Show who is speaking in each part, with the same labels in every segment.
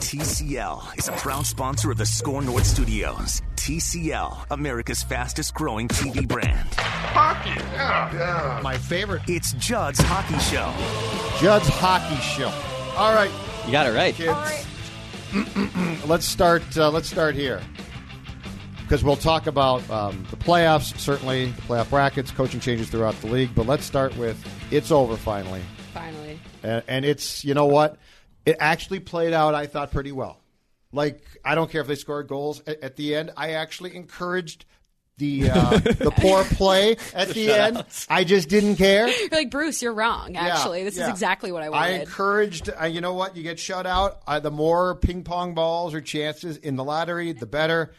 Speaker 1: TCL is a proud sponsor of the Score North Studios. TCL, America's fastest growing TV brand.
Speaker 2: Hockey, yeah, yeah.
Speaker 3: My favorite.
Speaker 1: It's Judd's Hockey Show.
Speaker 3: Judd's Hockey Show. All right.
Speaker 4: You got it right.
Speaker 3: Kids. let's start. Uh, let's start here because we'll talk about um, the playoffs, certainly the playoff brackets, coaching changes throughout the league. But let's start with it's over finally,
Speaker 5: Finally.
Speaker 3: and, and it's you know what it actually played out. I thought pretty well. Like I don't care if they scored goals at, at the end. I actually encouraged the uh, the poor play at the end. I just didn't care.
Speaker 5: You're like, Bruce, you're wrong, actually. this is exactly what I
Speaker 3: I
Speaker 5: wanted.
Speaker 3: encouraged. Uh, you know what? You get shut out. Uh, the more ping pong balls or chances in the lottery, the better.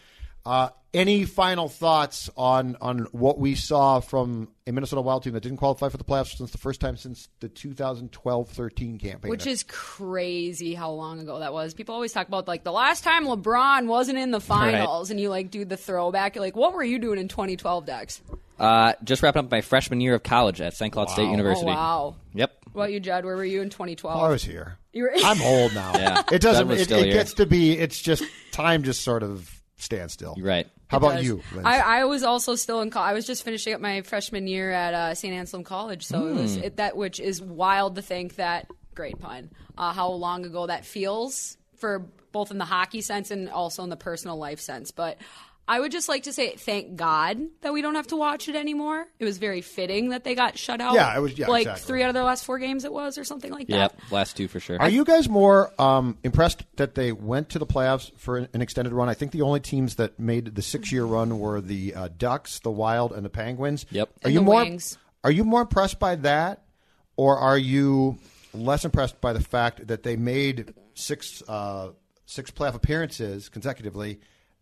Speaker 3: Uh, any final thoughts on on what we saw from a Minnesota Wild team that didn't qualify for the playoffs since the first time since the 2012-13 campaign?
Speaker 5: which is crazy how long ago that was. People always talk about like the last time LeBron wasn't in the finals, and you like do the throwback. You're like, what were you doing in 2012, Dex?
Speaker 4: Uh, just wrapping up my freshman year of college at St. Cloud State University.
Speaker 5: Oh wow.
Speaker 4: Yep.
Speaker 5: What about you, Judd? Where were you in 2012?
Speaker 3: I was here.
Speaker 5: You were-
Speaker 3: I'm old now.
Speaker 4: Yeah.
Speaker 3: It doesn't.
Speaker 4: Doug was
Speaker 3: It,
Speaker 4: still
Speaker 3: it
Speaker 4: here.
Speaker 3: gets to be. It's just time. Just sort of stands still.
Speaker 4: You're right.
Speaker 3: How about you? Lindsay?
Speaker 5: I, I was also still in. col- I was just finishing up my freshman year at uh, St. Anselm College, so it
Speaker 4: Hmm.
Speaker 5: was it, that which is wild to think that. Great pun. Uh, how long ago that feels for both in the hockey sense and also in the personal life sense, but. I would just like to say thank God that we don't have to watch it anymore. It was very fitting that they got shut out.
Speaker 3: Yeah, it was- yeah,
Speaker 5: like
Speaker 3: exactly.
Speaker 5: three out of their last four games it was, or something like that.
Speaker 4: Yep. Last two for sure.
Speaker 3: Are you guys more um, impressed that they went to the playoffs for an an extended run? I think the only teams that made the six-year run were the uh, Ducks, the Wild, and the Penguins.
Speaker 4: Yep.
Speaker 3: Are
Speaker 5: And
Speaker 3: you
Speaker 5: the
Speaker 3: more
Speaker 5: Wings.
Speaker 3: Are you more impressed by that, or are you less impressed by the fact that they made six uh, six playoff appearances consecutively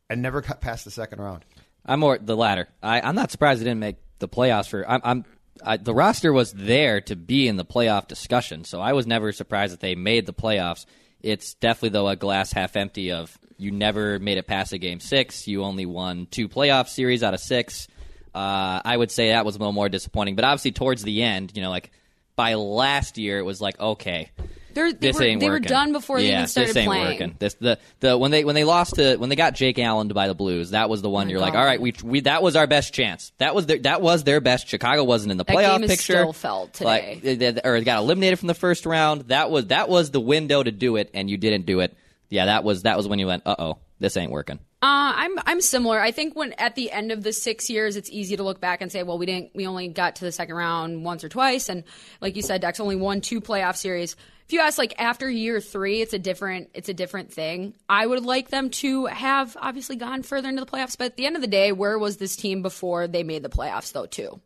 Speaker 3: and never got past the second round?
Speaker 4: I'm more the latter. I, I'm not surprised they didn't make the playoffs for. I'm, I'm I, the roster was there to be in the playoff discussion, so I was never surprised that they made the playoffs. It's definitely though a glass half empty of you never made it past a game six. You only won two playoff series out of six. Uh, I would say that was a little more disappointing, but obviously towards the end, you know, like by last year, it was like okay,
Speaker 5: They're, they
Speaker 4: this
Speaker 5: were,
Speaker 4: ain't
Speaker 5: they were
Speaker 4: working.
Speaker 5: done before they
Speaker 4: Yeah,
Speaker 5: even started
Speaker 4: this ain't
Speaker 5: playing.
Speaker 4: Working. This the the when they when they lost to when they got Jake Allen by the Blues, that was the one you're like, all right, we we that was our best chance. That was their that was their best. Chicago wasn't in the
Speaker 5: That
Speaker 4: playoff
Speaker 5: game is
Speaker 4: picture.
Speaker 5: still felt
Speaker 4: Like,
Speaker 5: today.
Speaker 4: they- they- or got eliminated from the first round. That was that was the window to do it, and you didn't do it. Yeah, that was that was when you went, uh oh, this ain't working.
Speaker 5: Uh, I'm I'm similar. I think when at the end of the six years, it's easy to look back and say, well, we didn't, we only got to the second round once or twice, and like you said, Dex only won two playoff series. If you ask, like after year three, it's a different it's a different thing. I would like them to have obviously gone further into the playoffs, but at the end of the day, where was this team before they made the playoffs though? Too.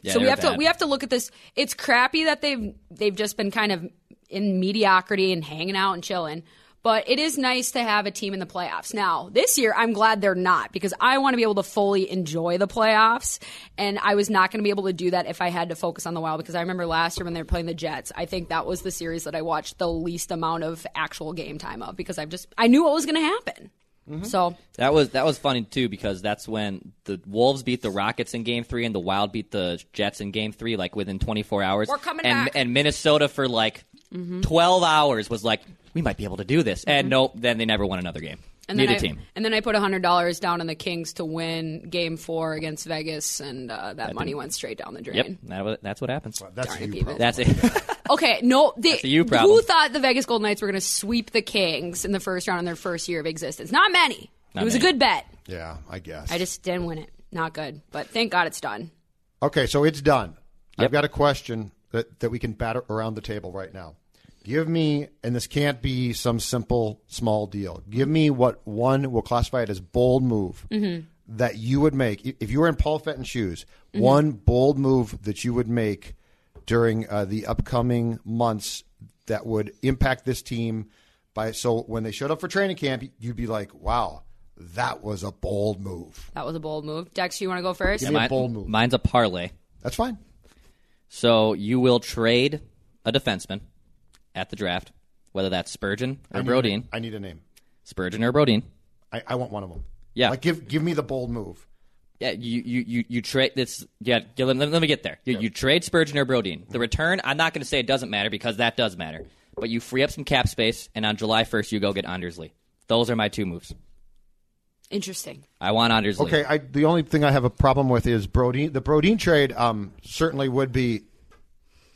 Speaker 4: Yeah,
Speaker 5: so we
Speaker 4: they're
Speaker 5: have to
Speaker 4: bad.
Speaker 5: we have to look at this. It's crappy that they've they've just been kind of in mediocrity and hanging out and chilling. But it is nice to have a team in the playoffs. Now, this year, I'm glad they're not because I want to be able to fully enjoy the playoffs. And I was not going to be able to do that if I had to focus on the wild because I remember last year when they were playing the Jets, I think that was the series that I watched the least amount of actual game time of because I've just, I knew what was going to happen.
Speaker 4: Mm-hmm.
Speaker 5: So
Speaker 4: That was that was funny too because that's when the Wolves beat the Rockets in Game Three and the Wild beat the Jets in Game Three, like within 24 hours.
Speaker 5: We're coming
Speaker 4: and,
Speaker 5: back. Mm-hmm.
Speaker 4: And Minnesota for like 12 hours was like, we might be able to do this, and nope. Then they never won another game.
Speaker 5: And
Speaker 4: Need
Speaker 5: then
Speaker 4: a
Speaker 5: I,
Speaker 4: team.
Speaker 5: And then I put hundred dollars down on the Kings to win Game Four against Vegas, and uh, that, money went straight down the
Speaker 4: Yep,
Speaker 5: drain.
Speaker 4: that, wa- that's what happens.
Speaker 3: That's
Speaker 5: Darn
Speaker 3: you,
Speaker 5: it,
Speaker 3: bro.
Speaker 4: That's it.
Speaker 5: Okay, no, they,
Speaker 4: a you problem.
Speaker 5: who thought the Vegas Golden Knights were going to sweep the Kings in the first round in their first year of existence? Not many.
Speaker 4: Not
Speaker 5: it was
Speaker 4: many.
Speaker 5: a good bet.
Speaker 3: Yeah, I guess.
Speaker 5: I just didn't win it. Not good, but thank God it's done.
Speaker 3: Okay, so it's done. I've got a question that, that we can batter around the table right now. Give me, and this can't be some simple small deal. Give me what one will classify it as bold move that you would make i- if you were in Paul Fenton's shoes. One bold move that you would make during uh, the upcoming months that would impact this team. By so when they showed up for training camp, you'd be like, "Wow, that was a bold move."
Speaker 5: That was a bold move. Dex, you want to go first?
Speaker 3: Give me a bold move.
Speaker 4: Mine's a parlay.
Speaker 3: That's fine.
Speaker 4: So you will trade a defenseman at the draft, whether that's Spurgeon or Brodeen.
Speaker 3: I need a name.
Speaker 4: Spurgeon or Brodeen.
Speaker 3: I, I want one of them.
Speaker 4: Yeah.
Speaker 3: Like give give me the bold move.
Speaker 4: Yeah, you you you, you trade this. Yeah, yeah, let, let- let me get there. You, you trade Spurgeon or Brodeen. The return, I'm not going to say it doesn't matter because that does matter. But you free up some cap space, and on July 1st, you go get Andersley. Those are my two moves.
Speaker 5: Interesting.
Speaker 4: I want Andersley.
Speaker 3: Okay, I, the only thing I have a problem with is Brodeen. The Brodeen trade um, certainly would be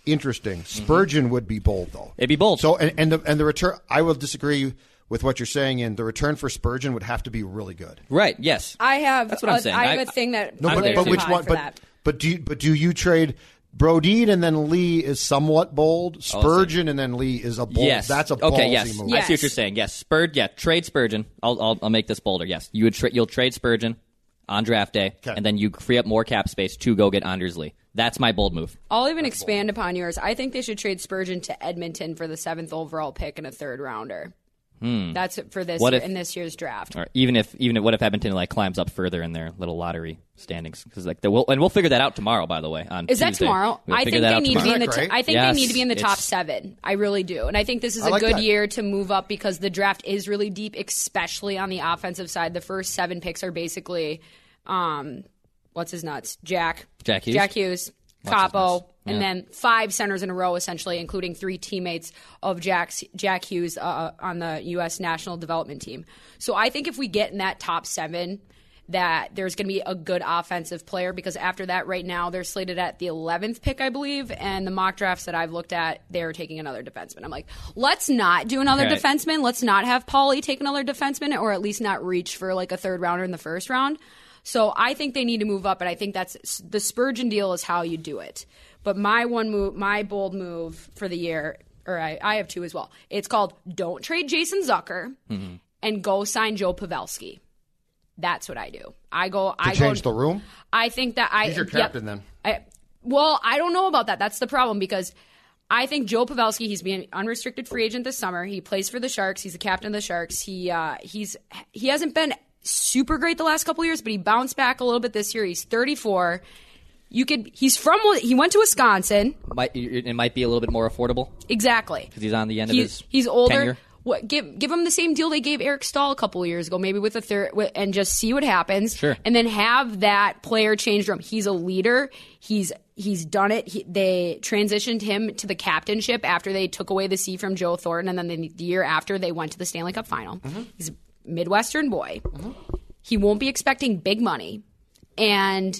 Speaker 3: interesting. Spurgeon would be bold though.
Speaker 4: Mm-hmm. It'd be bold.
Speaker 3: So and, and the and the return I will disagree with what you're saying and the return for Spurgeon would have to be really good.
Speaker 4: right? Yes.
Speaker 5: I have.
Speaker 4: That's what I'm
Speaker 5: a-
Speaker 4: saying.
Speaker 5: I have
Speaker 4: I-
Speaker 5: a thing that.
Speaker 4: No, I'm there
Speaker 5: relates
Speaker 3: but
Speaker 5: to
Speaker 4: too.
Speaker 3: which
Speaker 5: Todd
Speaker 3: one
Speaker 5: for
Speaker 3: but
Speaker 5: that.
Speaker 3: but do you, but do you trade Brodeen and then Lee is somewhat bold. Spurgeon and then Lee is a bold.
Speaker 4: Oh, yes.
Speaker 3: That's a ballsy
Speaker 4: okay. Yes.
Speaker 3: move.
Speaker 4: I see what
Speaker 5: Yes.
Speaker 4: you're saying. Yes. Spurgeon. Yeah. Trade Spurgeon. I'll I'll, I'll make this bolder. Yes. You would tra- you'll trade Spurgeon on draft day, and then you free up more cap space to go get Andersley. That's my bold move.
Speaker 5: I'll even expand upon yours. I think they should trade Spurgeon to Edmonton for the seventh overall pick and a third rounder. That's it for this
Speaker 4: Hmm. What
Speaker 5: year,
Speaker 4: if-
Speaker 5: in this year's draft.
Speaker 4: Or even if even if, what if Edmonton like climbs up further in their little lottery standings? Because like the, we'll, and we'll figure that out tomorrow. By the way, on
Speaker 5: Is that
Speaker 4: Tuesday.
Speaker 5: tomorrow?
Speaker 4: We'll
Speaker 5: I
Speaker 4: figure
Speaker 5: think
Speaker 4: that
Speaker 5: they
Speaker 4: out
Speaker 5: need to be
Speaker 4: tomorrow.
Speaker 5: in the.
Speaker 3: Isn't
Speaker 5: T-
Speaker 3: that great?
Speaker 5: I think
Speaker 4: Yes,
Speaker 5: they need to be in the top
Speaker 4: it's-
Speaker 5: seven. I really do, and I think this is
Speaker 3: I
Speaker 5: a
Speaker 3: like
Speaker 5: good
Speaker 3: that.
Speaker 5: year to move up because the draft is really deep, especially on the offensive side. The first seven picks are basically, um, what's his nuts? Jack,
Speaker 4: Jack Hughes?
Speaker 5: Jack Hughes,
Speaker 4: his nuts.
Speaker 5: Capo, and then five centers in a row, essentially, including three teammates of Jack's Jack Hughes uh, on the U.S. national development team. So I think if we get in that top seven, that there's going to be a good offensive player because after that, right now they're slated at the 11th pick, I believe, and the mock drafts that I've looked at, they're taking another defenseman. I'm like, let's not do another
Speaker 4: Right.
Speaker 5: defenseman. Let's not have Paulie take another defenseman, or at least not reach for like a third rounder in the first round. So I think they need to move up, and I think that's the Spurgeon deal is how you do it. But my one move, my bold move for the year, or I, I have two as well. It's called don't trade Jason Zucker
Speaker 3: Mm-hmm.
Speaker 5: and go sign Joe Pavelski. That's what I do. I go. I
Speaker 3: To change
Speaker 5: go,
Speaker 3: the room.
Speaker 5: I think that I.
Speaker 3: He's your
Speaker 5: yep.
Speaker 3: captain then.
Speaker 5: I, well, I don't know about that. That's the problem because I think Joe Pavelski. He's being unrestricted free agent this summer. He plays for the Sharks. He's the captain of the Sharks. He uh, he's he hasn't been super great the last couple years, but he bounced back a little bit this year. He's 34. You could. He's from. He went to Wisconsin.
Speaker 4: Might, it might be a little bit more affordable
Speaker 5: Exactly.
Speaker 4: because he's on the end
Speaker 5: He-
Speaker 4: of his.
Speaker 5: he's older.
Speaker 4: tenure.
Speaker 5: What give give him the same deal they gave Eric Stahl a couple years ago, maybe with a third, wi- and just see what happens.
Speaker 4: Sure.
Speaker 5: And then have that player change room. He's a leader. He's he's done it. He, they transitioned him to the captainship after they took away the C from Joe Thornton, and then the, the year after they went to the Stanley Cup Final.
Speaker 4: Mm-hmm.
Speaker 5: He's a Midwestern boy. He won't be expecting big money, and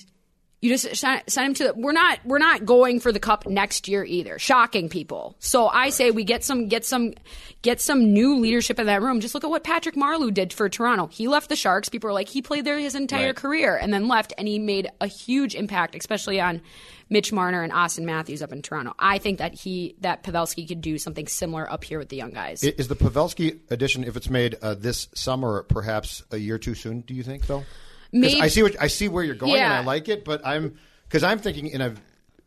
Speaker 5: you just sign, sign him to the, we're not we're not going for the cup next year either shocking people so i say we get some get some get some new leadership in that room just look at what patrick marlowe did for toronto he left the sharks people are like he played there his entire
Speaker 4: Right.
Speaker 5: career and then left and he made a huge impact especially on mitch marner and austin matthews up in toronto i think that he that pavelski could do something similar up here with the young guys
Speaker 3: I- Is the Pavelski edition, if it's made uh, this summer, perhaps a year too soon? Do you think, though? 'Cause
Speaker 5: Maybe-
Speaker 3: I see what I see where you're going, and
Speaker 5: Yeah.
Speaker 3: I like it, but I'm because I'm thinking in a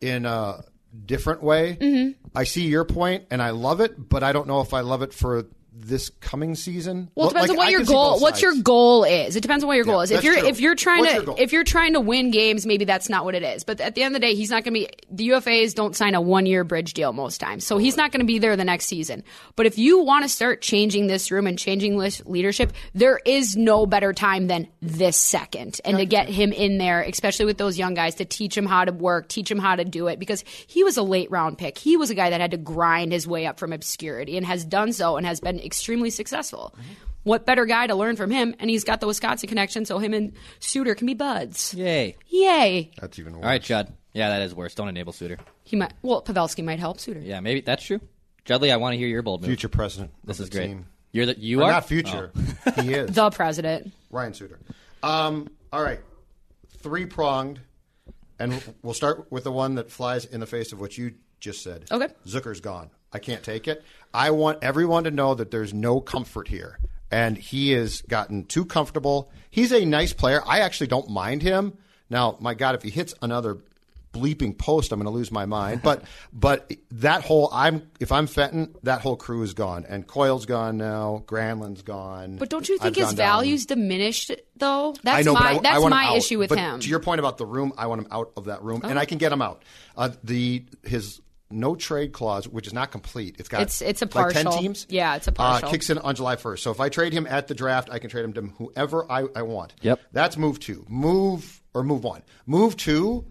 Speaker 3: in a different way.
Speaker 5: Mm-hmm.
Speaker 3: I see your point, and I love it, but I don't know if I love it for this coming season.
Speaker 5: Well, it depends
Speaker 3: like,
Speaker 5: on what
Speaker 3: I
Speaker 5: your
Speaker 3: can see
Speaker 5: goal.
Speaker 3: both
Speaker 5: What your
Speaker 3: sides.
Speaker 5: goal is. It depends on what your goal
Speaker 3: Yeah,
Speaker 5: is. If
Speaker 3: that's
Speaker 5: you're
Speaker 3: true.
Speaker 5: if you're trying
Speaker 3: What's
Speaker 5: to
Speaker 3: your goal?
Speaker 5: if you're trying to win games, maybe that's not what it is. But at the end of the day, he's not going to be. The UFAs don't sign a one year bridge deal most times, so he's not going to be there the next season. But if you want to start changing this room and changing this leadership, there is no better time than this second, and to get him in there, especially with those young guys, to teach him how to work, teach him how to do it, because he was a late round pick. He was a guy that had to grind his way up from obscurity and has done so and has been extremely successful.
Speaker 3: Mm-hmm.
Speaker 5: What better guy to learn from him? And he's got the Wisconsin connection, so him and Suter can be buds.
Speaker 4: Yay.
Speaker 5: Yay!
Speaker 3: That's even worse.
Speaker 4: All right, Judd. Yeah, that is worse. Don't enable Suter.
Speaker 5: He might. Well, Pavelski might help Suter.
Speaker 4: Yeah, maybe that's true. Judley, I want to hear your bold move.
Speaker 3: Future president. of
Speaker 4: This is
Speaker 3: the
Speaker 4: great.
Speaker 3: Team.
Speaker 4: You're the you
Speaker 3: Or
Speaker 4: are Oh.
Speaker 3: not future. he is
Speaker 5: The president.
Speaker 3: Ryan Suter. Um, all right, three pronged, and we'll start with the one that flies in the face of what you just said.
Speaker 5: Okay.
Speaker 3: Zucker's gone. I can't take it. I want everyone to know that there's no comfort here. And he has gotten too comfortable. He's a nice player. I actually don't mind him. Now, my God, if he hits another bleeping post, I'm going to lose my mind. But but that whole I'm if I'm Fenton, that whole crew is gone. And Coyle's gone now. Granlund's gone.
Speaker 5: But don't you
Speaker 3: I've
Speaker 5: think his
Speaker 3: gone down.
Speaker 5: values diminished though? That's
Speaker 3: I know,
Speaker 5: my
Speaker 3: but I, I
Speaker 5: that's
Speaker 3: want him
Speaker 5: my
Speaker 3: out.
Speaker 5: issue with
Speaker 3: But
Speaker 5: him. Oh.
Speaker 3: To your point about the room, I want him out of that room, and I can get him out. Uh, the his no trade clause, which is not complete. It's got
Speaker 5: It's- it's a
Speaker 3: like ten
Speaker 5: partial.
Speaker 3: teams.
Speaker 5: Yeah, it's a partial.
Speaker 3: Uh, kicks in on July first. So if I trade him at the draft, I can trade him to whoever I, I want.
Speaker 4: Yep.
Speaker 3: That's move two. Move or move one. Move two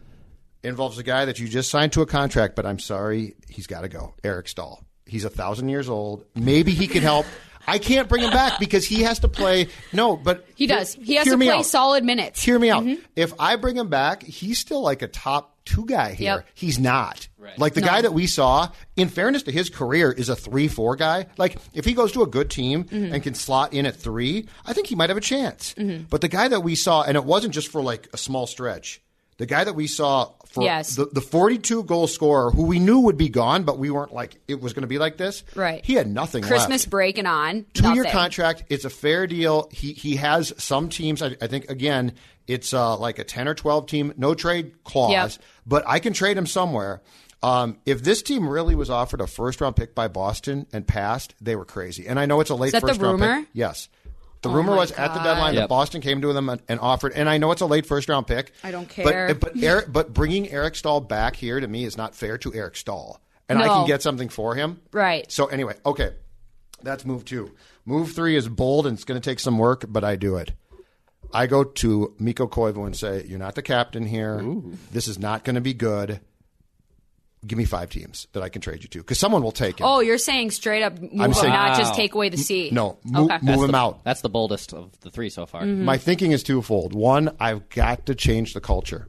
Speaker 3: involves a guy that you just signed to a contract, but I'm sorry, he's got to go. Eric Stahl. He's a thousand years old. Maybe he can help. I can't bring him back because he has to play. No, but
Speaker 5: he does. He has
Speaker 3: hear
Speaker 5: to
Speaker 3: me
Speaker 5: play
Speaker 3: out.
Speaker 5: solid Mm-hmm. minutes.
Speaker 3: Hear me out. If I bring him back, he's still like a top two guy here.
Speaker 5: Yep.
Speaker 3: He's not. Like the guy that we saw, in fairness to his career, is a 3 4 guy. Like if he goes to a good team
Speaker 5: Mm-hmm.
Speaker 3: and can slot in at three, I think he might have a chance. But the guy that we saw, and it wasn't just for like a small stretch. The guy that we saw for
Speaker 5: Yes.
Speaker 3: the, the 42 goal scorer who we knew would be gone, but we weren't like, it was going to be like this.
Speaker 5: Right.
Speaker 3: He had nothing left
Speaker 5: Christmas break and on.
Speaker 3: two year
Speaker 5: nothing.
Speaker 3: contract. It's a fair deal. He he has some teams. I, I think again, it's uh, like a ten or twelve team no trade clause,
Speaker 5: Yep.
Speaker 3: but I can trade him somewhere. Um, if this team really was offered a first round pick by Boston and passed, they were crazy. And I know it's a late
Speaker 5: that the
Speaker 3: first round
Speaker 5: rumor? Oh
Speaker 3: pick. Yes. The rumor was at the deadline that
Speaker 4: Yep.
Speaker 3: Boston came to them and, and offered, and I know it's a late first round pick.
Speaker 5: I don't
Speaker 3: but-
Speaker 5: care.
Speaker 3: But Eric, but bringing Eric Stahl back here to me is not fair to Eric Stahl, and I
Speaker 5: No.
Speaker 3: can get something for him.
Speaker 5: Right.
Speaker 3: So anyway, okay, that's move two. Move three is bold and it's going to take some work, but I do it. I go to Miko Koivu and say, "You're not the captain here. This is not going to be good. Give me five teams that I can trade you to, because someone will take him.
Speaker 5: Oh, you're saying straight up move him,
Speaker 3: saying-
Speaker 5: not just
Speaker 4: Wow.
Speaker 5: take away the C.
Speaker 3: no, mo-
Speaker 5: Okay. Mm.
Speaker 3: move him out.
Speaker 4: That's the boldest of the three so far.
Speaker 5: Mm-hmm.
Speaker 3: My thinking is twofold. One, I've got to change the culture.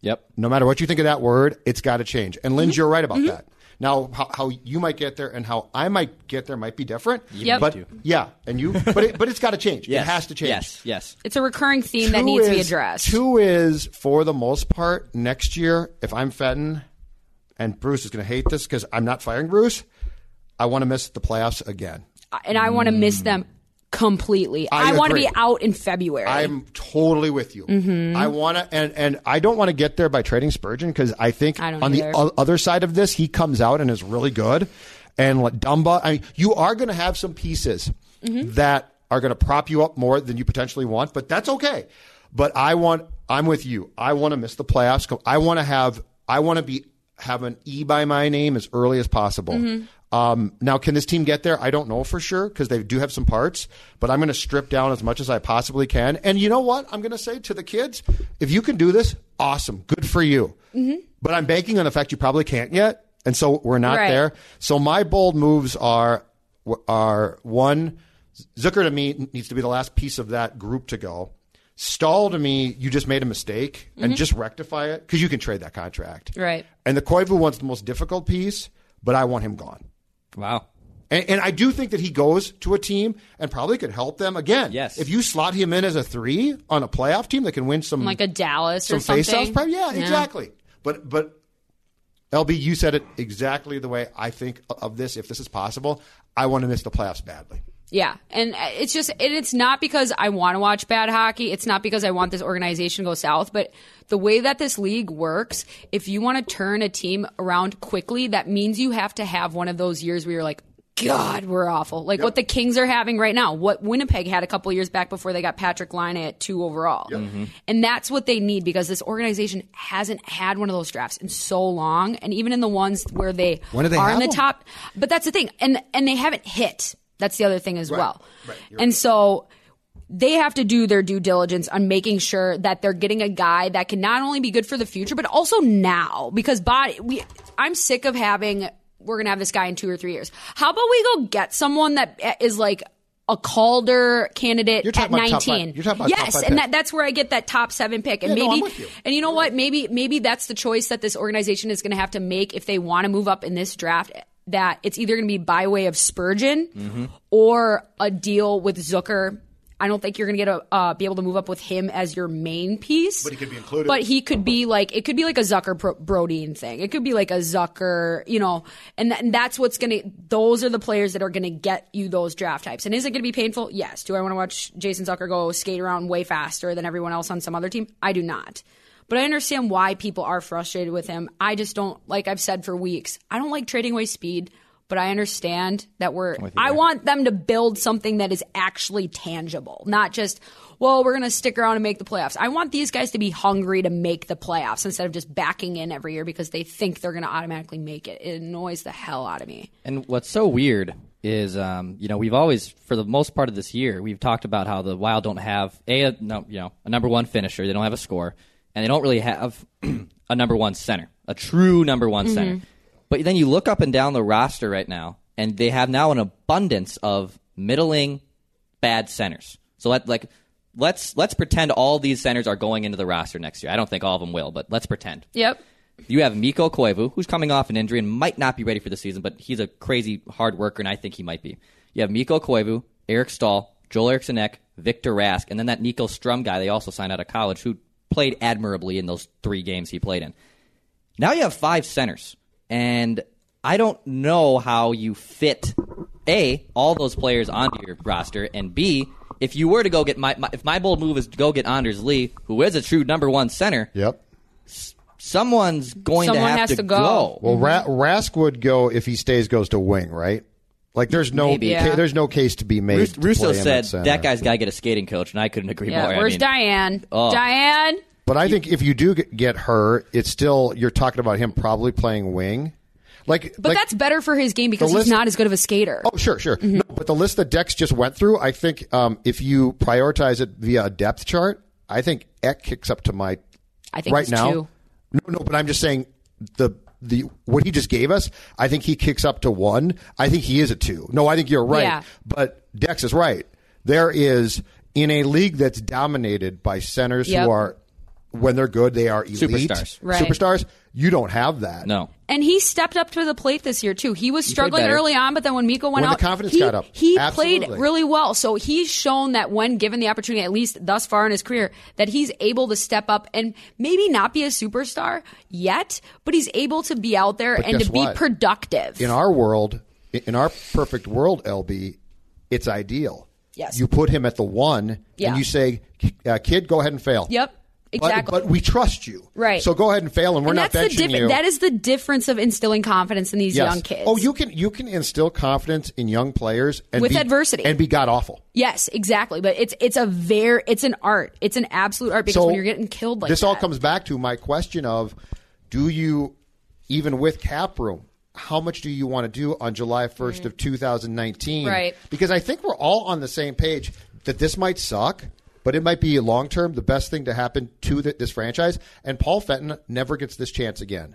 Speaker 4: Yep.
Speaker 3: No matter what you think of that word, it's got to change. And
Speaker 5: Mm-hmm.
Speaker 3: Linz, you're right about that. Now, how, how you might get there and how I might get there might be different.
Speaker 5: Yep.
Speaker 3: But
Speaker 5: need
Speaker 3: yeah, and you, but it, but it's got to change.
Speaker 4: Yes.
Speaker 3: It has to change.
Speaker 4: Yes. Yes.
Speaker 5: It's a recurring theme that
Speaker 3: Two
Speaker 5: needs to be
Speaker 3: is-
Speaker 5: addressed.
Speaker 3: Two is for the most part next year. If I'm Fenton, and Bruce is going to hate this because I'm not firing Bruce, I want to miss the playoffs again.
Speaker 5: and I want to miss them completely.
Speaker 3: Mm. I
Speaker 5: I, want to
Speaker 3: agree.
Speaker 5: be out in February.
Speaker 3: I'm totally with you.
Speaker 5: Mm-hmm.
Speaker 3: I want to, and and I don't want to get there by trading Spurgeon because I think
Speaker 5: I don't
Speaker 3: on
Speaker 5: either.
Speaker 3: the o- other side of this, he comes out and is really good. And like Dumba, I mean, you are going to have some pieces
Speaker 5: Mm-hmm.
Speaker 3: that are going to prop you up more than you potentially want, but that's okay. But I want, I'm with you. I want to miss the playoffs. I want to have, I want to be have an E by my name as early as possible. Um, now, can this team get there? I don't know for sure because they do have some parts, but I'm going to strip down as much as I possibly can. And you know what? I'm going to say to the kids if you can do this, awesome. Good for you. But I'm banking on the fact you probably can't yet. And so we're not
Speaker 5: Right.
Speaker 3: there. So my bold moves are are one, Zucker to me needs to be the last piece of that group to go. Stall to me, you just made a mistake and just rectify it because you can trade that contract.
Speaker 5: Mm-hmm. right.
Speaker 3: And the Koivu one's the most difficult piece, but I want him gone.
Speaker 4: Wow.
Speaker 3: And, and I do think that he goes to a team and probably could help them again.
Speaker 4: Yes.
Speaker 3: If you slot him in as a three on a playoff team that can win some
Speaker 5: Like a Dallas
Speaker 3: some
Speaker 5: or something.
Speaker 3: face-offs, probably. Yeah, exactly. But but LB, you said it exactly the way I think of this. If this is possible, I want to miss the playoffs badly.
Speaker 5: Yeah, and it's just and it's not because I want to watch bad hockey. It's not because I want this organization to go south, but the way that this league works, if you want to turn a team around quickly, that means you have to have one of those years where you're like, God, we're awful. Like what the Kings are having right now, what Winnipeg had a couple years back before they got Patrick Line at two overall, and that's what they need because this organization hasn't had one of those drafts in so long, and even in the ones where they,
Speaker 3: When do they
Speaker 5: are in
Speaker 3: have
Speaker 5: the
Speaker 3: them?
Speaker 5: top top- But that's the thing, and and they haven't hit. That's the other thing as well. and so they have to do their due diligence on making sure that they're getting a guy that can not only be good for the future but also now because body. We, I'm sick of having we're gonna have this guy in two or three years. How about we go get someone that is like a Calder candidate
Speaker 3: You're talking
Speaker 5: at
Speaker 3: about top
Speaker 5: 19.
Speaker 3: five- you're talking about top
Speaker 5: yes,
Speaker 3: five
Speaker 5: and
Speaker 3: pick.
Speaker 5: that, that's where I get that top seven pick, and
Speaker 3: Yeah, no,
Speaker 5: maybe
Speaker 3: I'm with you.
Speaker 5: and you know what? Maybe maybe that's the choice that this organization is going to have to make if they want to move up in this draft. That it's either going to be by way of Spurgeon
Speaker 3: Mm-hmm.
Speaker 5: or a deal with Zucker. I don't think you're going to get a, uh, be able to move up with him as your main piece. But
Speaker 3: he could be included.
Speaker 5: But he could be like it could be like a Zucker Pro- Brodean thing. It could be like a Zucker, you know, and, th- and that's what's going to. Those are the players that are going to get you those draft types. And is it going to be painful? Yes. Do I want to watch Jason Zucker go skate around way faster than everyone else on some other team? I do not. But I understand why people are frustrated with him. I just don't like I've said for weeks. I don't like trading away speed, but I understand that we're I want them to build something that is actually tangible, not just well, we're going to stick around and make the playoffs. I want these guys to be hungry to make the playoffs instead of just backing in every year because they think they're going to automatically make it. It annoys the hell out of me.
Speaker 4: And what's so weird is, um, you know, we've always, for the most part of this year, we've talked about how the Wild don't have a, a no, you know, a number one finisher. They don't have a score, and they don't really have a number one center, a true number one center. But then you look up and down the roster right now, and they have now an abundance of middling bad centers. So let like let's let's pretend all these centers are going into the roster next year. I don't think all of them will, but let's pretend.
Speaker 5: Yep.
Speaker 4: You have Miko Koivu, who's coming off an injury and might not be ready for the season, but he's a crazy hard worker, and I think he might be. You have Miko Koivu, Eric Stahl, Joel Eriksson Ek, Victor Rask, and then that Nico Strum guy they also signed out of college who played admirably in those three games he played in. Now you have five centers, and I don't know how you fit a all those players onto your roster, and b if you were to go get my, my if my bold move is to go get Anders Lee, who is a true number one center,
Speaker 3: Yep.
Speaker 4: someone's going to
Speaker 5: Someone
Speaker 4: have
Speaker 5: has
Speaker 4: to,
Speaker 5: to
Speaker 4: go.
Speaker 5: go.
Speaker 3: Well, Ra-
Speaker 5: Mm-hmm.
Speaker 3: Rask would go if he stays. Goes to wing, right? Like there's no
Speaker 4: Maybe.
Speaker 3: ca-
Speaker 5: Yeah.
Speaker 3: there's no case to be made.
Speaker 4: Rus-
Speaker 3: to
Speaker 4: Russo
Speaker 3: play him at
Speaker 4: said
Speaker 3: center.
Speaker 4: that guy's got to get a skating coach, and I couldn't agree
Speaker 5: Yeah.
Speaker 4: more. I
Speaker 5: Where's
Speaker 4: mean,
Speaker 5: Diane?
Speaker 3: oh.
Speaker 5: Diane?
Speaker 3: But I think if you do g- get her, it's still you're talking about him probably playing wing. Like,
Speaker 5: But
Speaker 3: like-
Speaker 5: that's better for his game because
Speaker 3: list-
Speaker 5: he's not as good of a skater.
Speaker 3: Oh, sure, sure.
Speaker 5: Mm-hmm.
Speaker 3: No, but the list that Dex just went through, I think um, if you prioritize it via a depth chart, I think Eck kicks up to my
Speaker 5: I think
Speaker 3: right
Speaker 5: he's
Speaker 3: now.
Speaker 5: two.
Speaker 3: No, no, but I'm just saying the the what he just gave us. I think he kicks up to one. I think he is a two. No, I think you're right.
Speaker 5: Yeah.
Speaker 3: But Dex is right. There is in a league that's dominated by centers
Speaker 5: Yep.
Speaker 3: who are when they're good, they are elite
Speaker 4: Superstars.
Speaker 5: Right.
Speaker 3: Superstars. You don't have that.
Speaker 4: No.
Speaker 5: And he stepped up to the plate this year too. He was struggling
Speaker 4: better.
Speaker 5: early on, but then when Miko went
Speaker 3: When the
Speaker 5: out,
Speaker 3: confidence
Speaker 5: he,
Speaker 3: got up.
Speaker 5: he
Speaker 3: Absolutely.
Speaker 5: played really well. So he's shown that when given the opportunity, at least thus far in his career, that he's able to step up and maybe not be a superstar yet, but he's able to be out there
Speaker 3: But
Speaker 5: and
Speaker 3: guess
Speaker 5: to be
Speaker 3: what?
Speaker 5: productive.
Speaker 3: in our world, in our perfect world, LB, it's ideal.
Speaker 5: Yes.
Speaker 3: You put him at the one,
Speaker 5: Yeah.
Speaker 3: and you say, uh, "Kid, go ahead and fail."
Speaker 5: Yep,
Speaker 3: But-
Speaker 5: exactly.
Speaker 3: But, we trust you,
Speaker 5: Right.
Speaker 3: So go ahead and fail, and we're
Speaker 5: and
Speaker 3: not
Speaker 5: that's
Speaker 3: benching
Speaker 5: the
Speaker 3: you.
Speaker 5: difference. That is the difference of instilling confidence in these
Speaker 3: Yes.
Speaker 5: young kids.
Speaker 3: Oh, you can you can instill confidence in young players and
Speaker 5: With
Speaker 3: be-
Speaker 5: adversity.
Speaker 3: and be god awful.
Speaker 5: yes, exactly. But it's it's a very it's an art. It's an absolute art because
Speaker 3: so
Speaker 5: when you're getting killed like
Speaker 3: this all
Speaker 5: that-
Speaker 3: comes back to my question of do you even with cap room how much do you want to do on july 1st of 2019
Speaker 5: Mm. Right.
Speaker 3: because i think we're all on the same page that this might suck but it might be long term the best thing to happen to th- this franchise and paul fenton never gets this chance again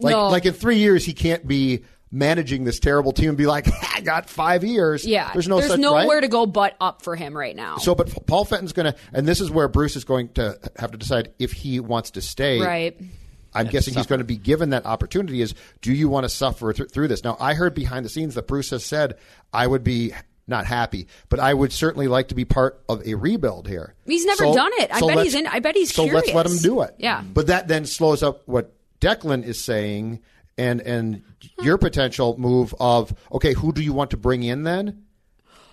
Speaker 3: like
Speaker 5: No.
Speaker 3: like in three years he can't be managing this terrible team and be like i got five years
Speaker 5: Yeah,
Speaker 3: there's no such,
Speaker 5: nowhere
Speaker 3: right?
Speaker 5: to go but up for him right now.
Speaker 3: So, but Paul Fenton's going to, and this is where Bruce is going to have to decide if he wants to stay.
Speaker 5: right.
Speaker 3: I'm guessing he's going to be given that opportunity. Is do you want to suffer th- through this? Now, I heard behind the scenes that Bruce has said I would be not happy, but I would certainly like to be part of a rebuild here.
Speaker 5: He's never done it. I bet
Speaker 3: let's-
Speaker 5: he's in- I bet he's
Speaker 3: so let's let him
Speaker 5: curious.
Speaker 3: do it.
Speaker 5: Yeah.
Speaker 3: But that then slows up what Declan is saying and and your potential move of okay, who do you want to bring in then?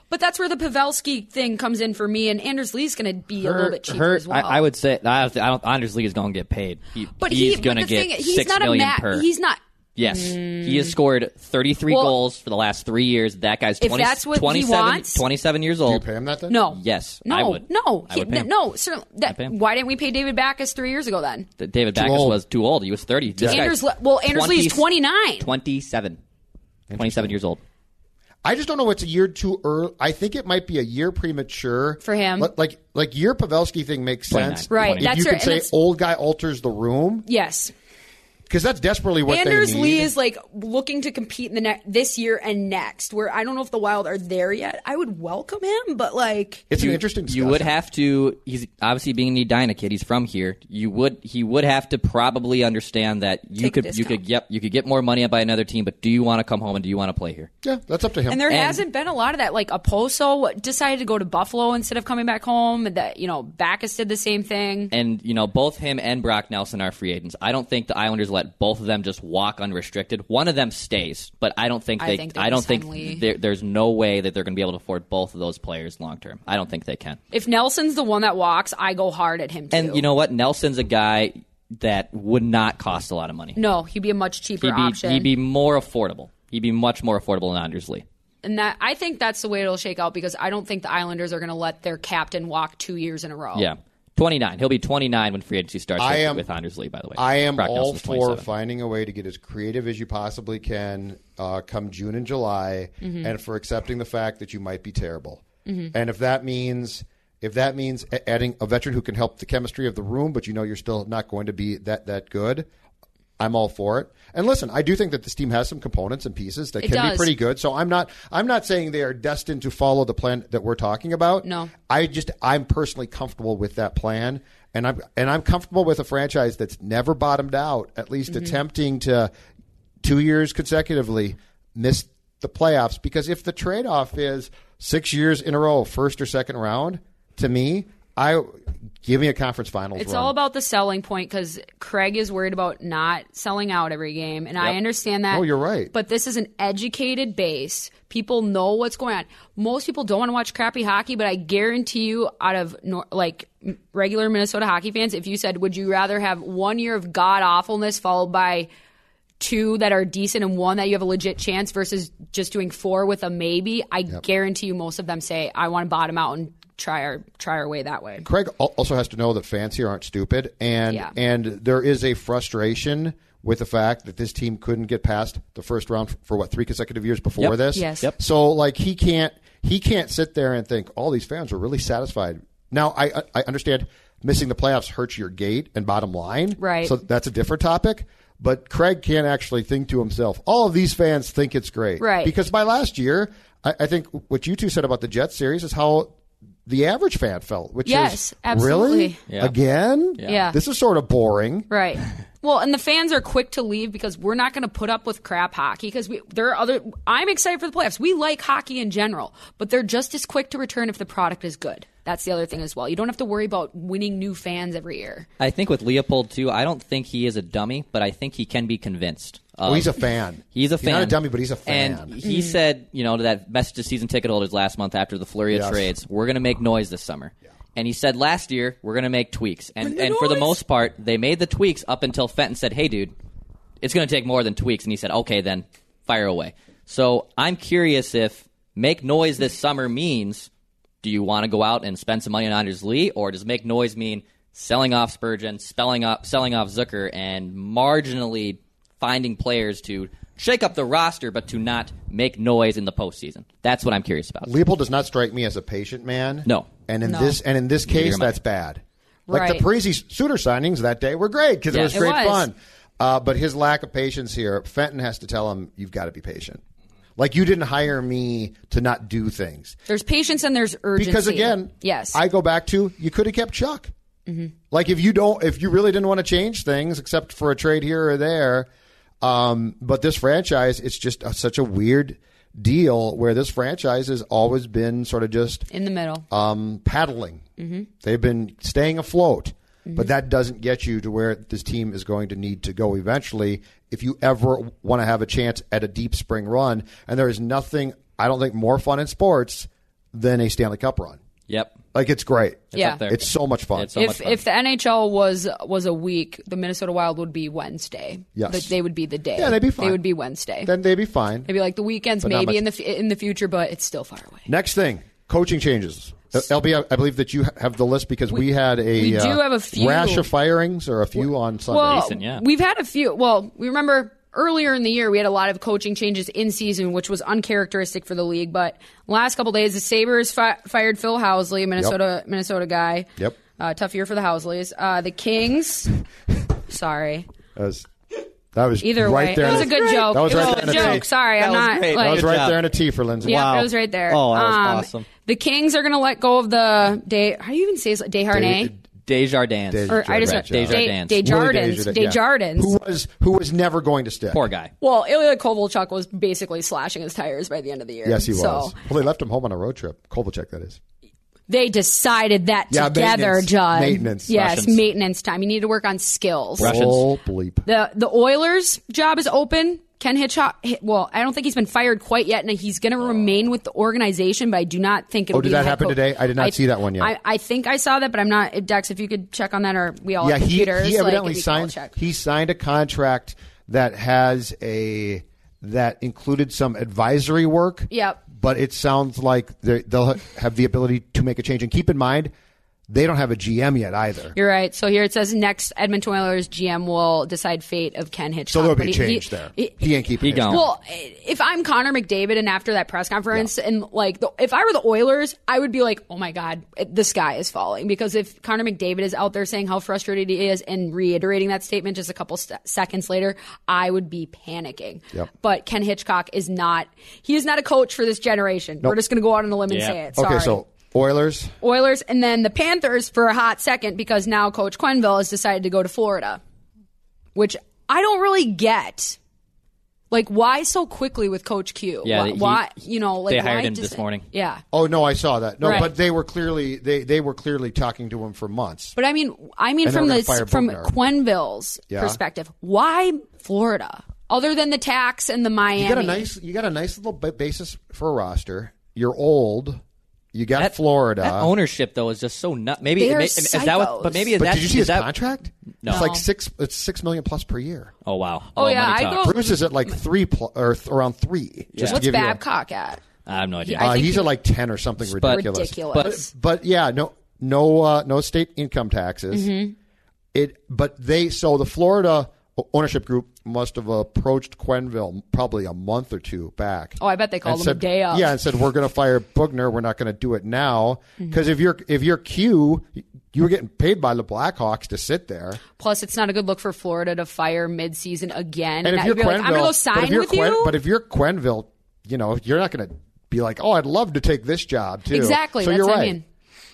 Speaker 5: But that's where the Pavelski thing comes in for me, and Anders Lee's going to be a little bit cheaper as well.
Speaker 4: I, I would say I don't, I don't, Anders Lee is going to get paid. He,
Speaker 5: but he-
Speaker 4: he's
Speaker 5: but
Speaker 4: going to
Speaker 5: the
Speaker 4: get
Speaker 5: thing- he's
Speaker 4: six
Speaker 5: not a
Speaker 4: million
Speaker 5: ma-
Speaker 4: per.
Speaker 5: He's not.
Speaker 4: Yes, he has scored 33
Speaker 5: Well-
Speaker 4: goals for the last three years. That guy's
Speaker 5: If
Speaker 4: 20,
Speaker 5: that's what he
Speaker 4: 27,
Speaker 5: wants-
Speaker 4: 27 years
Speaker 3: Do you
Speaker 4: old.
Speaker 3: pay him that then?
Speaker 5: No.
Speaker 4: Yes,
Speaker 5: No.
Speaker 4: I would.
Speaker 5: No.
Speaker 4: I
Speaker 5: He-
Speaker 4: would pay him.
Speaker 5: No. Certainly. That,
Speaker 4: pay him.
Speaker 5: why didn't we pay David Backus three years ago then?
Speaker 4: That David Backus
Speaker 3: old.
Speaker 4: was too old. He was 30. This
Speaker 5: Anders
Speaker 4: guy's
Speaker 5: Le- well, Anders Lee is 29.
Speaker 4: 27. 27 years old.
Speaker 3: I just don't know. It's a year too early. I think it might be a year premature
Speaker 5: For him.
Speaker 3: Like like, like your Pavelski thing makes
Speaker 4: 29.
Speaker 3: sense,
Speaker 5: Right,
Speaker 3: If
Speaker 5: that's
Speaker 3: you
Speaker 5: right,
Speaker 3: could
Speaker 5: and
Speaker 3: say
Speaker 5: that's-
Speaker 3: old guy alters the room
Speaker 5: Yes.
Speaker 3: because that's desperately what
Speaker 5: Anders
Speaker 3: they need.
Speaker 5: Lee is like looking to compete in the ne- this year and next. Where I don't know if the Wild are there yet. I would welcome him, but like
Speaker 3: it's an interesting.
Speaker 4: You would
Speaker 3: discussion.
Speaker 4: have to. He's obviously being an Edina kid. He's from here. You would. He would have to probably understand that you
Speaker 5: Take a
Speaker 4: could. You
Speaker 5: discount.
Speaker 4: could. Yep. You could get more money by another team. But do you want to come home and do you want to play here?
Speaker 3: Yeah, that's up to him.
Speaker 5: And there hasn't been a lot of that. Like Oposo decided to go to Buffalo instead of coming back home. and That you know, Backus did the same thing.
Speaker 4: And you know, both him and Brock Nelson are free agents. I don't think the Islanders let both of them just walk unrestricted. One of them stays, but I don't think
Speaker 5: I
Speaker 4: they.
Speaker 5: think they
Speaker 4: I don't
Speaker 5: just sign
Speaker 4: think
Speaker 5: Lee.
Speaker 4: there, there's no way that they're going to be able to afford both of those players long term. I don't think they can.
Speaker 5: If Nelson's the one that walks, I go hard at him too.
Speaker 4: And you know what? Nelson's a guy that would not cost a lot of money.
Speaker 5: no, he'd be a much cheaper
Speaker 4: he'd be
Speaker 5: option.
Speaker 4: he'd be more affordable. He'd be much more affordable than Anders Lee.
Speaker 5: and that I think that's the way it'll shake out because I don't think the Islanders are going to let their captain walk two years in a row.
Speaker 4: Yeah. 29. He'll be 29 when free agency starts
Speaker 3: I
Speaker 4: with,
Speaker 3: am-
Speaker 4: with Anders Lee, by the way.
Speaker 3: I am
Speaker 4: Brock
Speaker 3: all
Speaker 4: Nelson's
Speaker 3: for
Speaker 4: 27.
Speaker 3: finding a way to get as creative as you possibly can uh, come June and July, and for accepting the fact that you might be terrible. And if that means if that means a- adding a veteran who can help the chemistry of the room, but you know you're still not going to be that that good. I'm all for it. And listen, I do think that this team has some components and pieces that
Speaker 5: It
Speaker 3: can be
Speaker 5: does.
Speaker 3: pretty good. So I'm not I'm not saying they are destined to follow the plan that we're talking about.
Speaker 5: No.
Speaker 3: I just I'm personally comfortable with that plan, and I'm and I'm comfortable with a franchise that's never bottomed out, at least
Speaker 5: Mm-hmm.
Speaker 3: attempting to two years consecutively miss the playoffs. Because if the trade off is six years in a row, first or second round, to me, I give me a conference finals.
Speaker 5: It's
Speaker 3: run.
Speaker 5: all about the selling point because Craig is worried about not selling out every game, and I understand that.
Speaker 3: Oh, you're right.
Speaker 5: But this is an educated base. People know what's going on. Most people don't want to watch crappy hockey, but I guarantee you, out of nor- like m- regular Minnesota hockey fans, if you said, "Would you rather have one year of god awfulness followed by two that are decent and one that you have a legit chance versus just doing four with a maybe," I guarantee you, most of them say, "I want to bottom out and try our try our way that way."
Speaker 3: Craig al- also has to know that fans here aren't stupid, and
Speaker 5: Yeah.
Speaker 3: and there is a frustration with the fact that this team couldn't get past the first round f- for what three consecutive years before
Speaker 4: Yep.
Speaker 3: this.
Speaker 5: Yes. Yep.
Speaker 3: So like he can't he can't sit there and think all these fans are really satisfied. Now I I- I understand missing the playoffs hurts your gate and bottom line.
Speaker 5: Right.
Speaker 3: So that's a different topic. But Craig can't actually think to himself. All of these fans think it's great,
Speaker 5: Right.
Speaker 3: Because by last year, I, I think what you two said about the Jets series is how the average fan felt, which
Speaker 5: Yes,
Speaker 3: is,
Speaker 5: absolutely.
Speaker 3: Really?
Speaker 4: Yeah.
Speaker 3: Again?
Speaker 5: Yeah.
Speaker 3: This is sort of boring.
Speaker 5: Right. Well, and the fans are quick to leave because we're not going to put up with crap hockey because we there are other. I'm excited for the playoffs. We like hockey in general, but they're just as quick to return if the product is good. That's the other thing as well. You don't have to worry about winning new fans every year.
Speaker 4: I think with Leopold, too, I don't think he is a dummy, but I think he can be convinced.
Speaker 3: Oh,
Speaker 4: of-
Speaker 3: he's a fan.
Speaker 4: He's a fan.
Speaker 3: not a dummy, but he's a fan.
Speaker 4: And he said, you know, to that message to season ticket holders last month after the flurry of
Speaker 3: Yes.
Speaker 4: trades, we're going to make noise this summer. And he said last year, we're going to make tweaks. And, and for the most part, they made the tweaks up until Fenton said, hey, dude, it's going to take more than tweaks. And he said, okay, then fire away. So I'm curious if make noise this summer means do you want to go out and spend some money on Anders Lee, or does make noise mean selling off Spurgeon, spelling up, selling off Zucker, and marginally finding players to shake up the roster, but to not make noise in the postseason? That's what I'm curious about.
Speaker 3: Leopold does not strike me as a patient man.
Speaker 4: No.
Speaker 3: And in this and in this case,
Speaker 4: am I.
Speaker 3: that's bad. Like
Speaker 5: Right.
Speaker 3: the Parisi suitor signings that day were great because it
Speaker 4: Yes.
Speaker 3: was
Speaker 4: It
Speaker 3: great
Speaker 5: was.
Speaker 3: fun. Uh, but his lack of patience here, Fenton has to tell him, you've got to be patient. Like you didn't hire me to not do things.
Speaker 5: There's patience and there's urgency.
Speaker 3: because again,
Speaker 5: yes, Mm-hmm.
Speaker 3: I go back to you could have kept Chuck. Like if you don't, if you really didn't want to change things, except for a trade here or there, um, but this franchise, it's just a, such a weird deal where this franchise has always been sort of just
Speaker 5: in the middle.
Speaker 3: um, paddling.
Speaker 5: Mm-hmm.
Speaker 3: They've been staying afloat, but that doesn't get you to where this team is going to need to go eventually if you ever want to have a chance at a deep spring run. And there is nothing, I don't think, more fun in sports than a Stanley Cup run.
Speaker 4: Yep.
Speaker 3: Like it's great.
Speaker 5: Yeah. up there.
Speaker 3: It's so much fun.
Speaker 4: It's so much
Speaker 5: if
Speaker 4: fun.
Speaker 5: if the NHL was was a week, the Minnesota Wild would be Wednesday.
Speaker 3: Yes.
Speaker 5: But they would be the day.
Speaker 3: Yeah, they'd be fine.
Speaker 5: They would be Wednesday.
Speaker 3: then they'd be fine.
Speaker 5: They'd be like the weekends,
Speaker 3: But not
Speaker 5: maybe
Speaker 3: much-
Speaker 5: in the f- in the future, but it's still far away.
Speaker 3: Next thing, coaching changes. Uh, LB, I- I believe that you ha- have the list because we, had a
Speaker 5: we do
Speaker 3: uh,
Speaker 5: have a few-
Speaker 3: rash of firings or a few on Sunday.
Speaker 5: Well,
Speaker 4: Decent, yeah.
Speaker 5: we've had a few. Well, we remember earlier in the year we had a lot of coaching changes in season, which was uncharacteristic for the league. But last couple days, the Sabers fi- fired Phil Housley, Minnesota Minnesota guy.
Speaker 3: Yep.
Speaker 5: Uh, tough year for the Housleys. Uh, the Kings. sorry.
Speaker 3: As- That was
Speaker 5: Either
Speaker 3: right
Speaker 5: way,
Speaker 3: there.
Speaker 5: it was a
Speaker 3: in
Speaker 5: good joke.
Speaker 3: That was
Speaker 5: it
Speaker 3: right
Speaker 5: was
Speaker 3: there
Speaker 5: a
Speaker 3: in a
Speaker 5: joke.
Speaker 3: tee.
Speaker 5: Sorry,
Speaker 4: That
Speaker 5: I'm
Speaker 4: was
Speaker 5: not.
Speaker 4: great.
Speaker 5: Like,
Speaker 3: That was right
Speaker 4: job.
Speaker 3: there in a tee for Lindsay.
Speaker 5: yeah,
Speaker 4: Wow.
Speaker 5: it was right there. Um,
Speaker 4: Oh, that was awesome.
Speaker 5: The Kings are going to let go of the day. How do you even say his Desharnais?
Speaker 4: Desjardins.
Speaker 3: Des-
Speaker 5: or I just
Speaker 3: Desjardins.
Speaker 5: Desjardins.
Speaker 4: Desjardins.
Speaker 5: Desjardins.
Speaker 3: Willie
Speaker 5: Desjardins.
Speaker 3: Who was who was never going to stick.
Speaker 4: Poor guy.
Speaker 5: Well, Ilya Kovalchuk was basically slashing his tires by the end of the year.
Speaker 3: Yes, he was.
Speaker 5: So
Speaker 3: Well, they left him home on a road trip. Kovalchuk, that is.
Speaker 5: they decided that
Speaker 3: Yeah,
Speaker 5: together,
Speaker 3: maintenance.
Speaker 5: Judd.
Speaker 3: Maintenance.
Speaker 5: Yes,
Speaker 4: Russians.
Speaker 5: maintenance time. You need to work on skills.
Speaker 4: Russians.
Speaker 3: Oh, bleep.
Speaker 5: The the Oilers' job is open. Ken Hitchcock. Well, I don't think he's been fired quite yet, and he's going to remain with the organization. But I do not think. It'll
Speaker 3: Oh, did
Speaker 5: be the
Speaker 3: that
Speaker 5: head
Speaker 3: happen
Speaker 5: coach.
Speaker 3: today? I did not see that one yet.
Speaker 5: I, I think I saw that, but I'm not. Dex, if you could check on that, or we all
Speaker 3: yeah,
Speaker 5: have
Speaker 3: he,
Speaker 5: computers.
Speaker 3: he
Speaker 5: like,
Speaker 3: evidently
Speaker 5: if we can all
Speaker 3: signed.
Speaker 5: check.
Speaker 3: He signed a contract that has a that included some advisory work.
Speaker 5: Yep.
Speaker 3: But it sounds like they- they'll have the ability to make a change. And keep in mind, they don't have a GM yet either.
Speaker 5: You're right. So here it says next Edmonton Oilers GM will decide fate of Ken Hitchcock.
Speaker 3: so there'll be a
Speaker 5: But he-
Speaker 3: change
Speaker 5: he-
Speaker 3: there. He,
Speaker 5: he-
Speaker 3: ain't keeping.
Speaker 4: He
Speaker 3: his
Speaker 4: gone.
Speaker 3: job.
Speaker 5: Well, if I'm Connor McDavid and after that press conference, and like the, if I were the Oilers, I would be like, oh my God, the sky is falling. Because if Connor McDavid is out there saying how frustrated he is and reiterating that statement just a couple st- seconds later, I would be panicking.
Speaker 3: Yep.
Speaker 5: But Ken Hitchcock is not, he is not a coach for this generation. We're just going to go out on a limb and
Speaker 4: Yeah.
Speaker 5: say it. Sorry.
Speaker 3: okay, so Oilers.
Speaker 5: Oilers and then the Panthers for a hot second because now Coach Quenville has decided to go to Florida, which I don't really get. Like, why so quickly with Coach Q?
Speaker 4: Yeah,
Speaker 5: why,
Speaker 4: he-
Speaker 5: why- you know, like
Speaker 4: they hired
Speaker 5: why
Speaker 4: him
Speaker 5: does-
Speaker 4: this morning.
Speaker 5: Yeah,
Speaker 3: Oh no, I saw that. No,
Speaker 5: Right.
Speaker 3: but they were clearly they they were clearly talking to him for months.
Speaker 5: but I mean, I mean
Speaker 3: And they
Speaker 5: from
Speaker 3: were gonna
Speaker 5: the
Speaker 3: fire
Speaker 5: from
Speaker 3: Bugner.
Speaker 5: Quenville's
Speaker 3: Yeah.
Speaker 5: perspective, why Florida? Other than the tax and the Miami,
Speaker 3: You got a nice you got a nice little ba- basis for a roster. You're old. You got Florida.
Speaker 4: That ownership though is just so nut. Maybe
Speaker 5: They
Speaker 4: it
Speaker 5: are
Speaker 4: may- is that what,
Speaker 5: psychos.
Speaker 4: but maybe is
Speaker 3: But
Speaker 4: that
Speaker 3: did you see his
Speaker 4: is that,
Speaker 3: contract?
Speaker 4: No.
Speaker 3: It's like six. It's six million plus per year.
Speaker 4: Oh wow.
Speaker 5: Oh,
Speaker 4: All
Speaker 5: yeah,
Speaker 4: money
Speaker 5: I
Speaker 4: talks.
Speaker 5: go-
Speaker 3: Bruce is at like three pl- or th- around three. Just to
Speaker 5: what's
Speaker 3: give you a-
Speaker 5: Babcock at?
Speaker 4: I have no idea.
Speaker 5: I
Speaker 3: uh,
Speaker 5: think
Speaker 3: he's
Speaker 5: he-
Speaker 3: at like ten or something ridiculous.
Speaker 5: Ridiculous.
Speaker 3: But yeah, no, no, uh, no state income taxes.
Speaker 5: Mm-hmm.
Speaker 3: It, but they so the Florida ownership group must have approached Quenville probably a month or two back.
Speaker 5: oh, I bet they called him
Speaker 3: said,
Speaker 5: a day up.
Speaker 3: Yeah, and said we're going to fire Bugner. We're not going to do it now
Speaker 5: Mm-hmm.
Speaker 3: because if you're if you're Q, you were getting paid by the Blackhawks to sit there.
Speaker 5: Plus, it's not a good look for Florida to fire midseason again.
Speaker 3: And if
Speaker 5: I'd
Speaker 3: you're
Speaker 5: be
Speaker 3: Quenville,
Speaker 5: like, I'm gonna go
Speaker 3: but
Speaker 5: sign
Speaker 3: if you're
Speaker 5: with
Speaker 3: Quen-
Speaker 5: you.
Speaker 3: But if you're Quenville, you know you're not going to be like, oh, I'd love to take this job too.
Speaker 5: Exactly,
Speaker 3: So
Speaker 5: that's
Speaker 3: you're
Speaker 5: what I
Speaker 3: right.
Speaker 5: mean.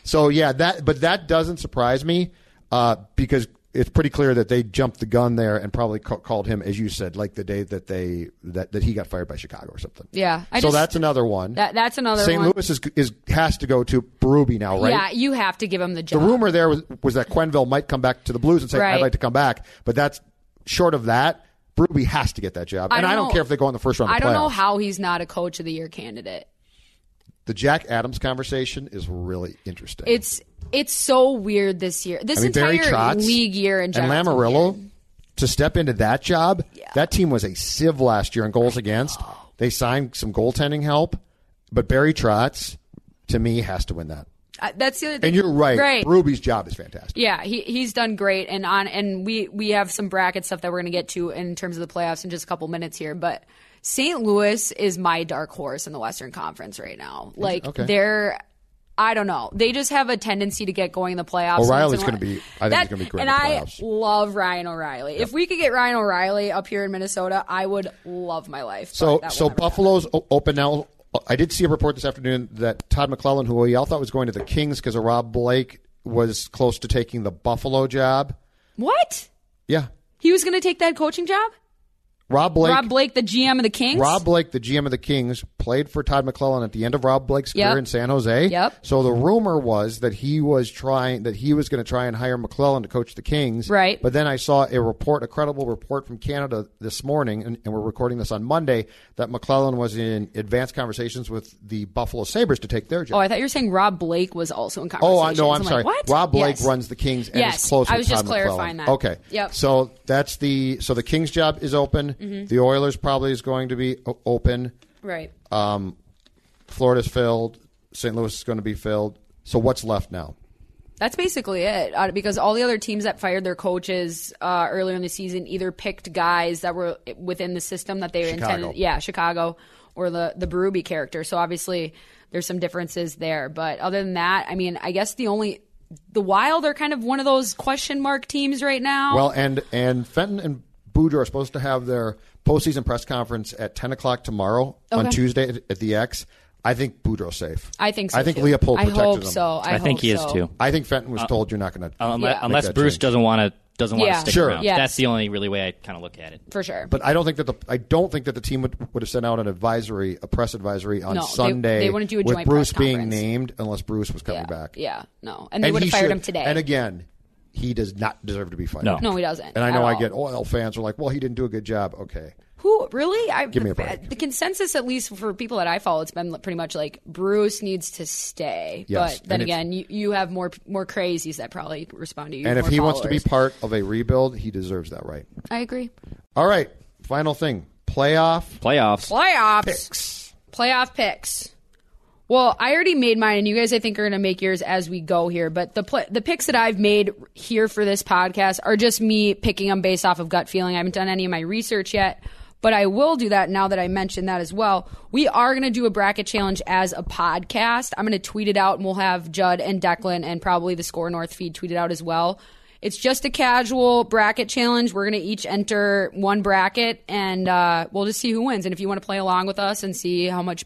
Speaker 3: So yeah, that but that doesn't surprise me uh, because it's pretty clear that they jumped the gun there and probably ca- called him, as you said, like the day that they that, that he got fired by Chicago or something.
Speaker 5: Yeah, I
Speaker 3: so
Speaker 5: just-
Speaker 3: that's another one.
Speaker 5: That- that's another
Speaker 3: St.
Speaker 5: one.
Speaker 3: Louis is, is has to go to Berube now, right?
Speaker 5: Yeah, you have to give him the
Speaker 3: The
Speaker 5: job.
Speaker 3: rumor there was, was that Quenville might come back to the Blues and say,
Speaker 5: Right.
Speaker 3: "I'd like to come back," but that's short of that. Ruby has to get that job, and I don't
Speaker 5: know-
Speaker 3: care if they go in the first round. Of
Speaker 5: I don't know
Speaker 3: playoffs.
Speaker 5: how he's not a coach of the year candidate.
Speaker 3: the Jack Adams conversation is really interesting.
Speaker 5: It's it's so weird this year. This
Speaker 3: I mean, Barry
Speaker 5: entire
Speaker 3: Trotz
Speaker 5: league year in
Speaker 3: and
Speaker 5: general.
Speaker 3: Lamarillo to step into that job. That team was a sieve last year in goals against. They signed some goaltending help, but Barry Trotz to me has to win that.
Speaker 5: Uh, that's the other thing.
Speaker 3: And you're right.
Speaker 5: Right.
Speaker 3: Ruby's job is fantastic.
Speaker 5: Yeah, he he's done great, and on and we we have some bracket stuff that we're gonna get to in terms of the playoffs in just a couple minutes here, but. St. Louis is my dark horse in the Western Conference right now. Like
Speaker 3: Okay.
Speaker 5: they're, I don't know, they just have a tendency to get going in the playoffs.
Speaker 3: O'Reilly's
Speaker 5: And
Speaker 3: gonna be- I think he's gonna be great in
Speaker 5: And
Speaker 3: the
Speaker 5: I
Speaker 3: playoffs.
Speaker 5: love Ryan O'Reilly. If we could get Ryan O'Reilly up here in Minnesota, I would love my life. but
Speaker 3: So
Speaker 5: that will
Speaker 3: so
Speaker 5: never happen.
Speaker 3: Buffalo's o- open now. I did see a report this afternoon that Todd McClellan, who we all thought was going to the Kings because of Rob Blake, was close to taking the Buffalo job.
Speaker 5: What?
Speaker 3: Yeah,
Speaker 5: He was going to take that coaching job?
Speaker 3: Rob Blake.
Speaker 5: Rob Blake, the GM of the Kings?
Speaker 3: Rob Blake, the GM of the Kings, played for Todd McClellan at the end of Rob Blake's
Speaker 5: Yep.
Speaker 3: career in San Jose.
Speaker 5: Yep.
Speaker 3: So the rumor was that he was trying that he was going to try and hire McClellan to coach the Kings.
Speaker 5: Right.
Speaker 3: But then I saw a report, a credible report from Canada this morning, and, and we're recording this on Monday, that McClellan was in advanced conversations with the Buffalo Sabres to take their job.
Speaker 5: Oh, I thought you were saying Rob Blake was also in conversation.
Speaker 3: Oh, I no, I'm, sorry.
Speaker 5: What?
Speaker 3: Rob Blake
Speaker 5: Yes.
Speaker 3: runs the Kings and
Speaker 5: Yes,
Speaker 3: is close
Speaker 5: I
Speaker 3: with
Speaker 5: was
Speaker 3: Todd
Speaker 5: just
Speaker 3: McClellan.
Speaker 5: clarifying that.
Speaker 3: Okay.
Speaker 5: Yep. Mm-hmm.
Speaker 3: So that's the so the Kings job is open. The Oilers probably is going to be o- open.
Speaker 5: Right.
Speaker 3: Um, Florida's filled. St. Louis is going to be filled. So what's left now?
Speaker 5: That's basically it. Uh, because all the other teams that fired their coaches uh, earlier in the season either picked guys that were within the system that they
Speaker 3: Chicago.
Speaker 5: intended. Yeah, Chicago or the, the Berube character. So obviously there's some differences there. But other than that, I mean, I guess the only. The Wild are kind of one of those question mark teams right now.
Speaker 3: Well, and and Fenton and Boudreaux are supposed to have their postseason press conference at 10 o'clock tomorrow on
Speaker 5: Okay.
Speaker 3: Tuesday at, at the X. I think Boudreaux's safe.
Speaker 5: I think so.
Speaker 3: I think
Speaker 5: too.
Speaker 3: Leopold
Speaker 5: I
Speaker 3: protected
Speaker 5: hope
Speaker 3: him.
Speaker 5: so. I,
Speaker 6: I think
Speaker 5: hope
Speaker 6: he is
Speaker 5: so.
Speaker 6: too.
Speaker 3: I think Fenton was told you're not going
Speaker 4: uh,
Speaker 3: to.
Speaker 6: Unless,
Speaker 5: Yeah.
Speaker 6: unless
Speaker 3: Make that
Speaker 6: Bruce
Speaker 3: change.
Speaker 6: doesn't want to doesn't want
Speaker 5: Yeah.
Speaker 6: to stick
Speaker 3: Sure.
Speaker 6: around.
Speaker 5: Yes.
Speaker 6: That's the only really way I kind of look at it.
Speaker 5: For sure.
Speaker 3: But I don't think that the I don't think that the team would, would have sent out an advisory, a press advisory on
Speaker 5: No, they-
Speaker 3: Sunday.
Speaker 5: they wouldn't do a
Speaker 3: with
Speaker 5: joint
Speaker 3: Bruce
Speaker 5: press
Speaker 3: being
Speaker 5: conference.
Speaker 3: named unless Bruce was coming
Speaker 5: yeah.
Speaker 3: back.
Speaker 5: Yeah. No. And they would have
Speaker 3: he
Speaker 5: fired
Speaker 3: should-
Speaker 5: him today.
Speaker 3: And again, he does not deserve to be fired.
Speaker 6: No.
Speaker 5: no, he doesn't.
Speaker 3: And I
Speaker 5: at
Speaker 3: know I
Speaker 5: all.
Speaker 3: get oil fans are like, well, he didn't do a good job. Okay.
Speaker 5: Who really? I,
Speaker 3: Give me a
Speaker 5: the,
Speaker 3: break.
Speaker 5: The consensus, at least for people that I follow, it's been pretty much like Bruce needs to stay.
Speaker 3: Yes,
Speaker 5: But then
Speaker 3: and if-
Speaker 5: again, you, you have more more crazies that probably respond to you.
Speaker 3: And if
Speaker 5: more
Speaker 3: he wants to be
Speaker 5: followers.
Speaker 3: part of a rebuild, he deserves that right.
Speaker 5: I agree.
Speaker 3: All right. Final thing playoff.
Speaker 4: Playoffs.
Speaker 5: Playoffs. Playoff picks. Well, I already made mine, and you guys, I think, are going to make yours as we go here. But the pl- the picks that I've made here for this podcast are just me picking them based off of gut feeling. I haven't done any of my research yet, but I will do that now that I mentioned that as well. We are going to do a bracket challenge as a podcast. I'm going to tweet it out, and we'll have Judd and Declan and probably the Score North feed tweet it out as well. It's just a casual bracket challenge. We're going to each enter one bracket, and uh, we'll just see who wins. And if you want to play along with us and see how much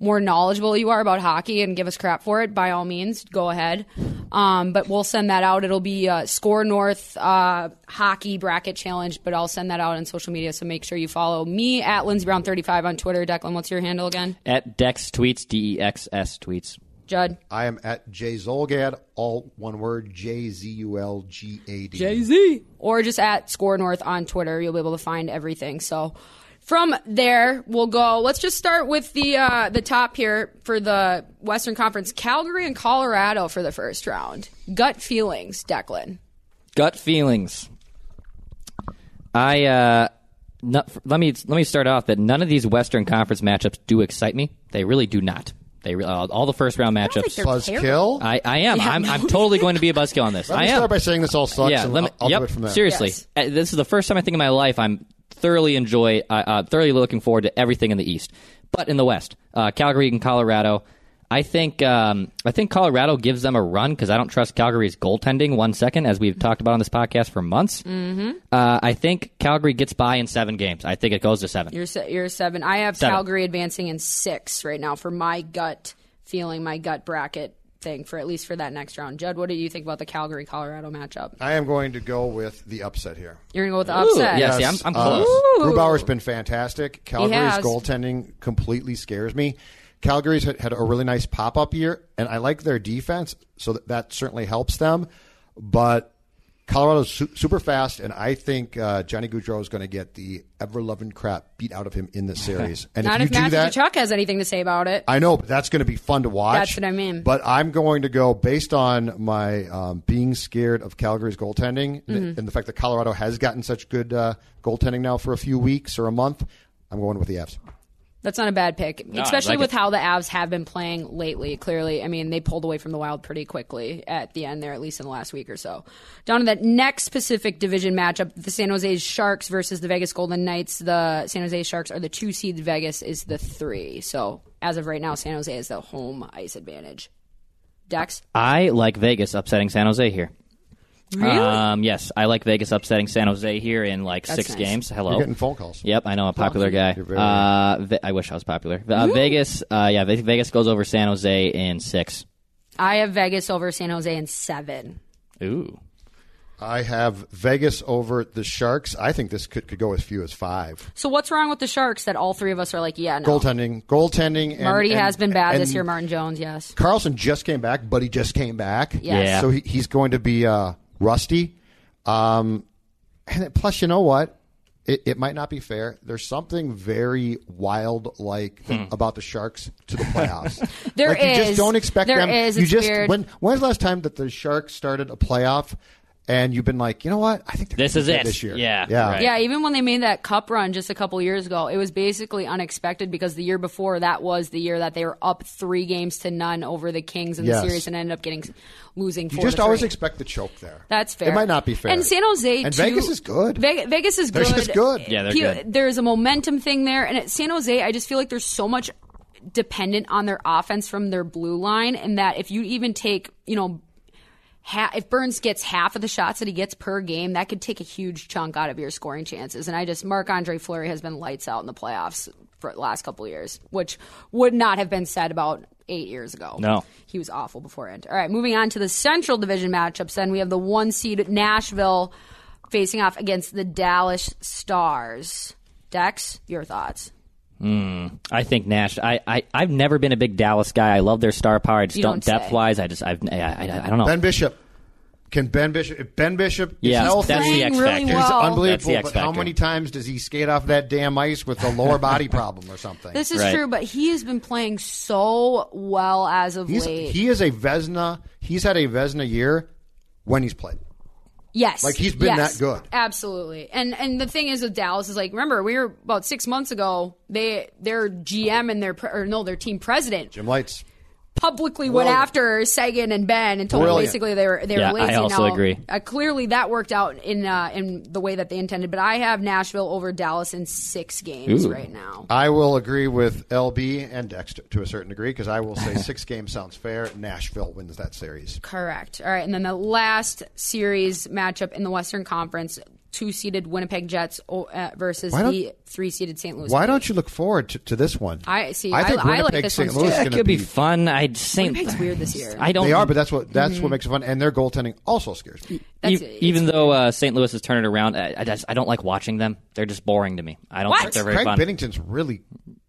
Speaker 5: more knowledgeable you are about hockey and give us crap for it, by all means, go ahead. Um, but we'll send that out. It'll be uh, Score North uh, Hockey Bracket Challenge, but I'll send that out on social media. So make sure you follow me at Lindsey Brown thirty five on Twitter. Declan, what's your handle again?
Speaker 4: At Dex tweets. D E X S tweets.
Speaker 5: Judd.
Speaker 3: I am at Jay Zolgad, all one word, J Z U L G A D.
Speaker 5: Z. Or just at Score North on Twitter. You'll be able to find everything. So from there, we'll go. Let's just start with the uh, the top here for the Western Conference: Calgary and Colorado for the first round. Gut feelings, Declan.
Speaker 4: gut feelings. I uh, no, let me let me start off that none of these Western Conference matchups do excite me. They really do not. They re- uh, all the first round matchups.
Speaker 5: they're-
Speaker 3: Buzzkill.
Speaker 4: I, I am. I'm, I'm totally going to be a buzzkill on this.
Speaker 3: Let me
Speaker 4: I am.
Speaker 3: start by saying this all sucks.
Speaker 4: yeah.
Speaker 3: and
Speaker 4: Let me,
Speaker 3: I'll, I'll
Speaker 4: yep,
Speaker 3: do it from there.
Speaker 4: Seriously,
Speaker 5: Yes.
Speaker 4: Uh, this is the first time I think in my life I'm thoroughly enjoy. Uh, uh, thoroughly looking forward to everything in the East, but in the West, uh, Calgary and Colorado. I think um, I think Colorado gives them a run because I don't trust Calgary's goaltending. One second, as we've talked about on this podcast for months.
Speaker 5: Mm-hmm.
Speaker 4: Uh, I think Calgary gets by in seven games. I think it goes to seven.
Speaker 5: You're se- you're seven. I have
Speaker 4: Seven.
Speaker 5: Calgary advancing in six right now for my gut feeling, my gut bracket thing for at least for that next round. Judd, what do you think about the Calgary Colorado matchup?
Speaker 3: I am going to go with the upset here.
Speaker 5: You're gonna go with the upset.
Speaker 4: yeah, see, I'm, I'm close.
Speaker 3: uh, Grubauer's been fantastic. Calgary's
Speaker 5: has.
Speaker 3: goaltending completely scares me. Calgary's had, had a really nice pop up year, and I like their defense, so that, that certainly helps them. But Colorado's su- super fast, and I think uh, Johnny Goudreau is going to get the ever loving crap beat out of him in this series. And
Speaker 5: Not
Speaker 3: if
Speaker 5: if
Speaker 3: you do
Speaker 5: Matthew
Speaker 3: that,
Speaker 5: Tkachuk has anything to say about it.
Speaker 3: I know, but that's going to be fun to watch.
Speaker 5: That's what I mean.
Speaker 3: But I'm going to go based on my um, being scared of Calgary's goaltending
Speaker 5: Mm-hmm.
Speaker 3: and, and the fact that Colorado has gotten such good uh, goaltending now for a few weeks or a month. I'm going with the Avs.
Speaker 5: That's not a bad pick,
Speaker 4: I
Speaker 5: especially
Speaker 4: like
Speaker 5: with
Speaker 4: it.
Speaker 5: how the Avs have been playing lately. Clearly, I mean, they pulled away from the Wild pretty quickly at the end there, at least in the last week or so. Down to that next Pacific Division matchup, the San Jose Sharks versus the Vegas Golden Knights. The San Jose Sharks are the two seed, Vegas is the three. So, as of right now, San Jose is the home ice advantage. Dex?
Speaker 4: I like Vegas upsetting San Jose here. Really? Um, yes, I like Vegas upsetting San Jose here in like six
Speaker 5: nice.
Speaker 4: games. Hello.
Speaker 3: You're getting phone calls.
Speaker 4: Yep, I know a popular guy.
Speaker 3: very-
Speaker 4: Uh, Ve- I wish I was popular. Uh, Vegas, uh, yeah, Ve- Vegas goes over San Jose in six.
Speaker 5: I have Vegas over San Jose in seven.
Speaker 4: Ooh,
Speaker 3: I have Vegas over the Sharks. I think this could, could go as few as five.
Speaker 5: So, what's wrong with the Sharks that all three of us are like, yeah, no.
Speaker 3: Goaltending, goaltending. And,
Speaker 5: Oh. Marty
Speaker 3: and-
Speaker 5: has been bad this
Speaker 3: and
Speaker 5: year, Martin Jones, yes.
Speaker 3: Carlson just came back, but he just came back.
Speaker 4: Yeah.
Speaker 3: So he, he's going to be uh, rusty. Um, and plus, you know what? It, it might not be fair. There's something very wild like about the Sharks to the playoffs.
Speaker 5: Hmm. There
Speaker 3: like, You just
Speaker 5: is.
Speaker 3: don't expect
Speaker 5: There
Speaker 3: them.
Speaker 5: is.
Speaker 3: You
Speaker 5: It's
Speaker 3: just
Speaker 5: weird.
Speaker 3: when when's the last time that the Sharks started a playoff and you've been like, you know what? I think they're
Speaker 4: This
Speaker 3: gonna
Speaker 4: is
Speaker 3: be good
Speaker 4: it.
Speaker 3: this year.
Speaker 4: Yeah,
Speaker 3: Yeah.
Speaker 4: right.
Speaker 5: Yeah, even when they made that cup run just a couple years ago, it was basically unexpected because the year before that was the year that they were up three games to none over the Kings in
Speaker 3: Yes.
Speaker 5: the series and ended up getting losing.
Speaker 3: You
Speaker 5: four
Speaker 3: just
Speaker 5: to
Speaker 3: always
Speaker 5: three.
Speaker 3: expect the choke there.
Speaker 5: That's fair.
Speaker 3: It might not be fair.
Speaker 5: And San Jose
Speaker 3: and
Speaker 5: too-
Speaker 3: Vegas is good.
Speaker 5: Ve- Vegas is
Speaker 3: They're
Speaker 5: good.
Speaker 3: just good.
Speaker 4: Yeah, they're
Speaker 5: Pe-
Speaker 4: good.
Speaker 5: There's a momentum thing there, and at San Jose, I just feel like there's so much dependent on their offense from their blue line, and that if you even take, you know. ha- if Burns gets half of the shots that he gets per game, that could take a huge chunk out of your scoring chances. And I just Marc Andre Fleury has been lights out in the playoffs for the last couple of years, which would not have been said about eight years ago.
Speaker 4: No.
Speaker 5: he was awful beforehand. All right, moving on to the Central Division matchups. Then we have the one seed Nashville facing off against the Dallas Stars. Dex, your thoughts?
Speaker 4: I think Nash. I, I I've never been a big Dallas guy. I love their star power. I just
Speaker 5: You
Speaker 4: don't,
Speaker 5: don't
Speaker 4: depth
Speaker 5: say.
Speaker 4: wise. I just I've I, I, I don't know.
Speaker 3: Ben Bishop. Can Ben Bishop? If Ben Bishop is
Speaker 4: Yeah,
Speaker 3: healthy,
Speaker 4: that's the X factor.
Speaker 5: Playing really
Speaker 3: He's
Speaker 5: well.
Speaker 4: That's
Speaker 3: unbelievable.
Speaker 4: the X
Speaker 3: But how
Speaker 4: factor.
Speaker 3: many times does he skate off that damn ice with a lower body problem or something?
Speaker 5: This is
Speaker 4: Right.
Speaker 5: true, but he has been playing so well as of
Speaker 3: he's,
Speaker 5: late.
Speaker 3: he is a Vesna. He's had a Vesna year when he's played.
Speaker 5: Yes.
Speaker 3: Like, he's been
Speaker 5: Yes.
Speaker 3: that good.
Speaker 5: Absolutely. And and the thing is with Dallas is like remember we were about 6 months ago they their GM and their pre- or no their team president
Speaker 3: Jim Lights.
Speaker 5: publicly went
Speaker 3: Brilliant.
Speaker 5: after Sagan and Ben and told them
Speaker 3: Brilliant.
Speaker 5: basically they were they
Speaker 4: Yeah,
Speaker 5: were lazy
Speaker 4: I also
Speaker 5: now.
Speaker 4: agree.
Speaker 5: Uh, clearly that worked out in uh, in the way that they intended, but I have Nashville over Dallas in 6 games
Speaker 4: Ooh.
Speaker 5: right now.
Speaker 3: I will agree with LB and Dexter to a certain degree because I will say six games sounds fair. Nashville wins that series.
Speaker 5: Correct. All right, and then the last series matchup in the Western Conference, two-seeded Winnipeg Jets oh, uh, versus
Speaker 3: Why don't-
Speaker 5: the three-seeded St. Louis.
Speaker 3: Why don't you look forward to, to this one?
Speaker 5: I- see,
Speaker 3: I think
Speaker 5: I- I like
Speaker 3: Winnipeg,
Speaker 5: this
Speaker 3: St.
Speaker 5: one, too.
Speaker 3: Louis
Speaker 5: That
Speaker 3: is
Speaker 4: That
Speaker 3: going to
Speaker 4: could be
Speaker 3: be.
Speaker 4: fun. I Saint.
Speaker 5: Winnipeg's weird this year.
Speaker 4: I don't. e-,
Speaker 3: They are, but that's what that's
Speaker 5: Mm-hmm.
Speaker 3: what makes it fun, and their goaltending also scares me.
Speaker 5: That's-
Speaker 4: e- even though uh, St. Louis has turned it around, I, I just I don't like watching them. They're just boring to me. I don't
Speaker 5: What?
Speaker 4: think they're very
Speaker 3: Craig
Speaker 4: fun.
Speaker 3: Binnington's really.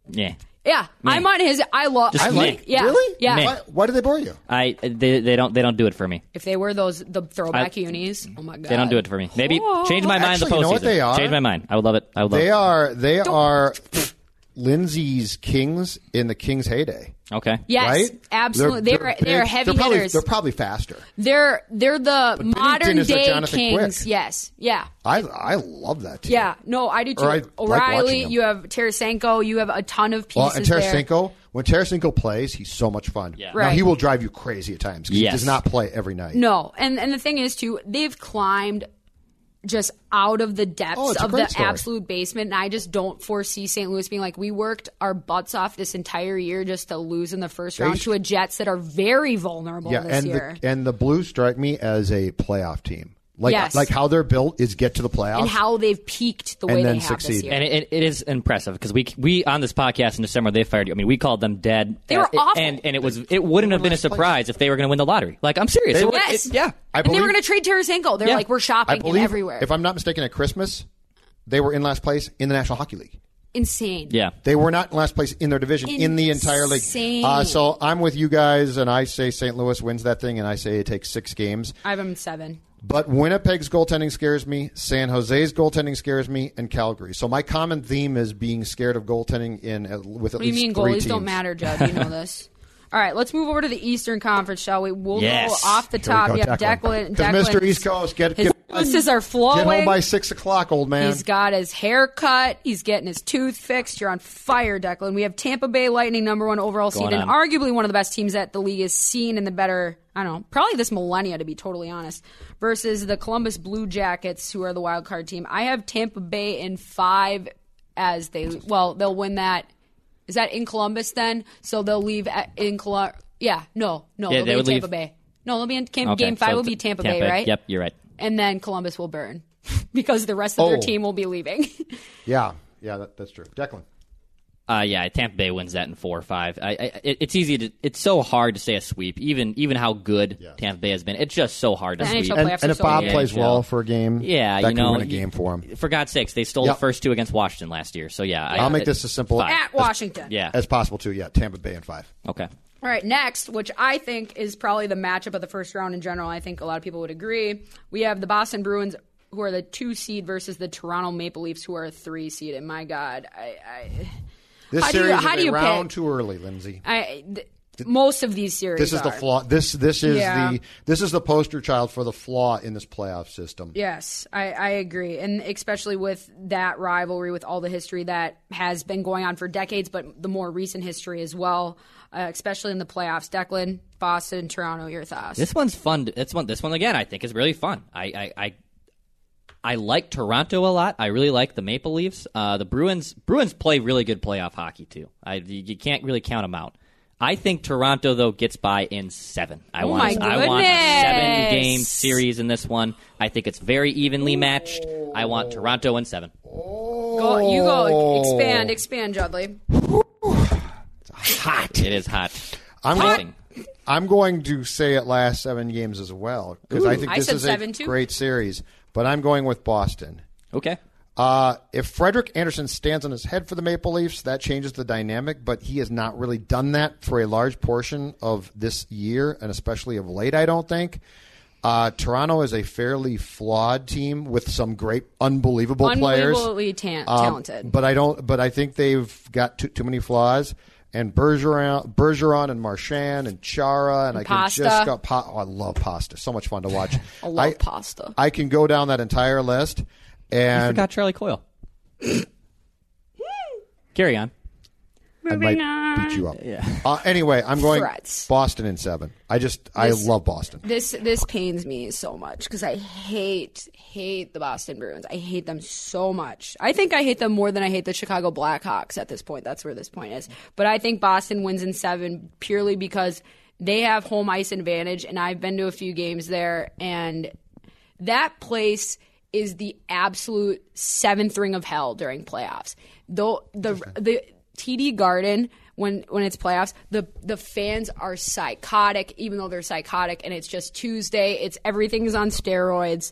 Speaker 4: Yeah,
Speaker 5: Yeah, I'm on his. I love.
Speaker 4: Just
Speaker 5: I
Speaker 4: I like-
Speaker 5: like. Yeah,
Speaker 3: Really?
Speaker 5: Yeah.
Speaker 3: Why, why do they bore you?
Speaker 4: I they, they don't they don't do it for me.
Speaker 5: If they were those the throwback
Speaker 4: I-
Speaker 5: unis, oh my god,
Speaker 4: They don't do it for me. Maybe
Speaker 5: Oh.
Speaker 4: change my mind
Speaker 3: Actually,
Speaker 4: the postseason.
Speaker 3: you know what they are?
Speaker 4: Change my mind. I would love it. I would love
Speaker 3: They
Speaker 4: it.
Speaker 3: are they are Lindsay's Kings in the Kings' heyday.
Speaker 4: Okay.
Speaker 5: Yes,
Speaker 3: right?
Speaker 5: absolutely. They're they're,
Speaker 3: big.
Speaker 5: heavy
Speaker 3: they're probably,
Speaker 5: hitters.
Speaker 3: They're probably faster.
Speaker 5: They're they're the
Speaker 3: Binnington
Speaker 5: modern
Speaker 3: is their
Speaker 5: day
Speaker 3: Jonathan
Speaker 5: kings.
Speaker 3: Quick.
Speaker 5: Yes. Yeah.
Speaker 3: I I love that team.
Speaker 5: Yeah. No, I do too.
Speaker 3: Or I like
Speaker 5: O'Reilly,
Speaker 3: watching them.
Speaker 5: you have Tarasenko, you have a ton of pieces
Speaker 3: Well, and
Speaker 5: there.
Speaker 3: Tarasenko, when Tarasenko plays, he's so much fun. Yeah. Now
Speaker 5: Right.
Speaker 3: he will drive you crazy at times 'cause
Speaker 4: Yes.
Speaker 3: he does not play every night.
Speaker 5: No, and and the thing is too, they've climbed just out of the depths
Speaker 3: Oh, it's a
Speaker 5: of
Speaker 3: great
Speaker 5: the
Speaker 3: story.
Speaker 5: absolute basement, and I just don't foresee St. Louis being like we worked our butts off this entire year just to lose in the first round to a Jets that are very vulnerable
Speaker 3: yeah,
Speaker 5: this
Speaker 3: and
Speaker 5: year.
Speaker 3: the and the Blues strike me as a playoff team. Like
Speaker 5: Yes.
Speaker 3: like how they're built is get to the playoffs.
Speaker 5: and how they've peaked the
Speaker 3: And
Speaker 5: way
Speaker 3: then
Speaker 5: they have this
Speaker 3: succeed.
Speaker 5: year.
Speaker 4: And it, it, it is impressive because we we on this podcast in December they fired you. I mean, we called them dead.
Speaker 5: They were
Speaker 4: and,
Speaker 5: awful.
Speaker 4: and and it was it wouldn't have been a surprise if they were going to win the lottery. Like I'm serious. It would-
Speaker 5: yes,
Speaker 4: it- yeah.
Speaker 3: I
Speaker 5: and they were
Speaker 3: believe-
Speaker 5: going to trade Tarasenko. They're
Speaker 4: Yeah.
Speaker 5: like we're
Speaker 3: I
Speaker 5: shopping him
Speaker 3: believe
Speaker 5: everywhere.
Speaker 3: if I'm not mistaken at Christmas, they were in last place in the National Hockey League.
Speaker 5: Insane.
Speaker 4: Yeah.
Speaker 3: They were not in last place in their division in the entire league.
Speaker 5: Insane.
Speaker 3: Uh, so I'm with you guys, and I say St. Louis wins that thing, and I say it takes six games.
Speaker 5: I have them seven.
Speaker 3: But Winnipeg's goaltending scares me, San Jose's goaltending scares me, and Calgary. So my common theme is being scared of goaltending in uh, with at
Speaker 5: What do you
Speaker 3: least
Speaker 5: mean
Speaker 3: three
Speaker 5: goalies
Speaker 3: teams.
Speaker 5: don't matter, Judd? You know this. All right, let's move over to the Eastern Conference, shall we? We'll
Speaker 4: Yes.
Speaker 5: go off the
Speaker 3: Here we
Speaker 5: top.
Speaker 3: go,
Speaker 5: We have Declan.
Speaker 3: Declan. 'Cause Mr.
Speaker 5: Declan's-
Speaker 3: East Coast, get,
Speaker 5: his
Speaker 3: get,
Speaker 5: juices are flowing.
Speaker 3: get home by six o'clock, old man.
Speaker 5: He's got his hair cut. He's getting his tooth fixed. You're on fire, Declan. We have Tampa Bay Lightning, number one overall seed, and
Speaker 4: on?
Speaker 5: arguably one of the best teams that the league has seen in the better, I don't know, probably this millennia, to be totally honest, versus the Columbus Blue Jackets, who are the wild card team. I have Tampa Bay in five as they, well, they'll win that. Is that in Columbus then? So they'll leave at, in Columbus. Yeah, no, no,
Speaker 4: Yeah, they
Speaker 5: they'll be in
Speaker 4: would
Speaker 5: Tampa
Speaker 4: leave-
Speaker 5: Bay. No, they'll be in Tampa.
Speaker 4: Okay,
Speaker 5: game five
Speaker 4: so
Speaker 5: will be
Speaker 4: it's-
Speaker 5: Tampa, Bay, right?
Speaker 4: Yep, you're right.
Speaker 5: and then Columbus will burn because the rest of their
Speaker 3: Oh.
Speaker 5: team will be leaving.
Speaker 3: yeah, yeah, that, that's true. Declan.
Speaker 4: Uh, yeah, Tampa Bay wins that in four or five. I, I, it- it's easy to. It's so hard to say a sweep, even even how good Tampa Bay has been. It's just so hard to
Speaker 5: The
Speaker 4: sweep.
Speaker 5: NHL
Speaker 3: And,
Speaker 5: playoffs
Speaker 3: and
Speaker 5: are
Speaker 3: if
Speaker 5: so
Speaker 3: Bob
Speaker 5: weird.
Speaker 3: plays
Speaker 4: Yeah.
Speaker 3: well for a game,
Speaker 4: Yeah,
Speaker 3: that
Speaker 4: you
Speaker 3: could
Speaker 4: know,
Speaker 3: win a game for him.
Speaker 4: For God's sakes, they stole
Speaker 3: Yep.
Speaker 4: the first two against Washington last year. So yeah, I,
Speaker 3: I'll make
Speaker 4: it-
Speaker 3: this as simple
Speaker 5: At Washington.
Speaker 4: Yeah.
Speaker 3: as possible too. Yeah, Tampa Bay in five.
Speaker 4: Okay.
Speaker 5: All right, next, which I think is probably the matchup of the first round in general. I think a lot of people would agree. We have the Boston Bruins, who are the two seed, versus the Toronto Maple Leafs, who are a three seed. And my God, I, I,
Speaker 3: This
Speaker 5: How do you-
Speaker 3: series
Speaker 5: how
Speaker 3: is
Speaker 5: do
Speaker 3: a
Speaker 5: you
Speaker 3: round
Speaker 5: pick?
Speaker 3: too early, Lindsay.
Speaker 5: I th- most of these series.
Speaker 3: This is the
Speaker 5: are.
Speaker 3: flaw. This this is
Speaker 5: Yeah.
Speaker 3: the this is the poster child for the flaw in this playoff system.
Speaker 5: Yes, I, I agree. And especially with that rivalry, with all the history that has been going on for decades, but the more recent history as well, uh, especially in the playoffs. Declan, Boston, Toronto, your thoughts.
Speaker 4: This one's fun. This one, this one again, I think is really fun. I, I, I, I like Toronto a lot. I really like the Maple Leafs. Uh, the Bruins, Bruins play really good playoff hockey too. I, you you can't really count them out. I think Toronto though gets by in seven. I
Speaker 5: Oh
Speaker 4: want
Speaker 5: my
Speaker 4: I want a seven
Speaker 5: goodness.
Speaker 4: game series in this one. I think it's very evenly matched. I want Toronto in seven.
Speaker 5: Go, you
Speaker 3: Oh.
Speaker 5: go. Expand, expand, Judley.
Speaker 4: Hot. It is hot.
Speaker 3: I'm
Speaker 4: Hot.
Speaker 3: going, I'm going to say it last seven games as well because I think
Speaker 5: I
Speaker 3: this
Speaker 5: said
Speaker 3: is a
Speaker 5: seven, too.
Speaker 3: great series. But I'm going with Boston.
Speaker 4: Okay.
Speaker 3: Uh, if Frederick Anderson stands on his head for the Maple Leafs, that changes the dynamic, but he has not really done that for a large portion of this year, and especially of late, I don't think. Uh, Toronto is a fairly flawed team with some great, unbelievable, players.
Speaker 5: Unbelievably ta-
Speaker 3: Um,
Speaker 5: talented.
Speaker 3: But I don't. But I think they've got too, too many flaws. And Bergeron, Bergeron and Marchand and Chara and, I can
Speaker 5: pasta.
Speaker 3: just go. Pa- oh, I love pasta. So much fun to watch.
Speaker 5: I love pasta.
Speaker 3: I can go down that entire list.
Speaker 4: I
Speaker 3: And
Speaker 4: forgot Charlie Coyle. Carry on.
Speaker 3: I might beat you up. Uh, anyway, I'm going
Speaker 5: Threats.
Speaker 3: Boston in seven. I just I love Boston.
Speaker 5: this this pains me so much because I hate hate the Boston Bruins. I hate them so much. I think I hate them more than I hate the Chicago Blackhawks at this point. That's where this point is. But I think Boston wins in 7 purely because they have home ice advantage and I've been to a few games there and that place is the absolute seventh ring of hell during playoffs. Though the the TD Garden when when it's playoffs, the the fans are psychotic, even though they're psychotic, and it's just Tuesday. It's everything's on steroids.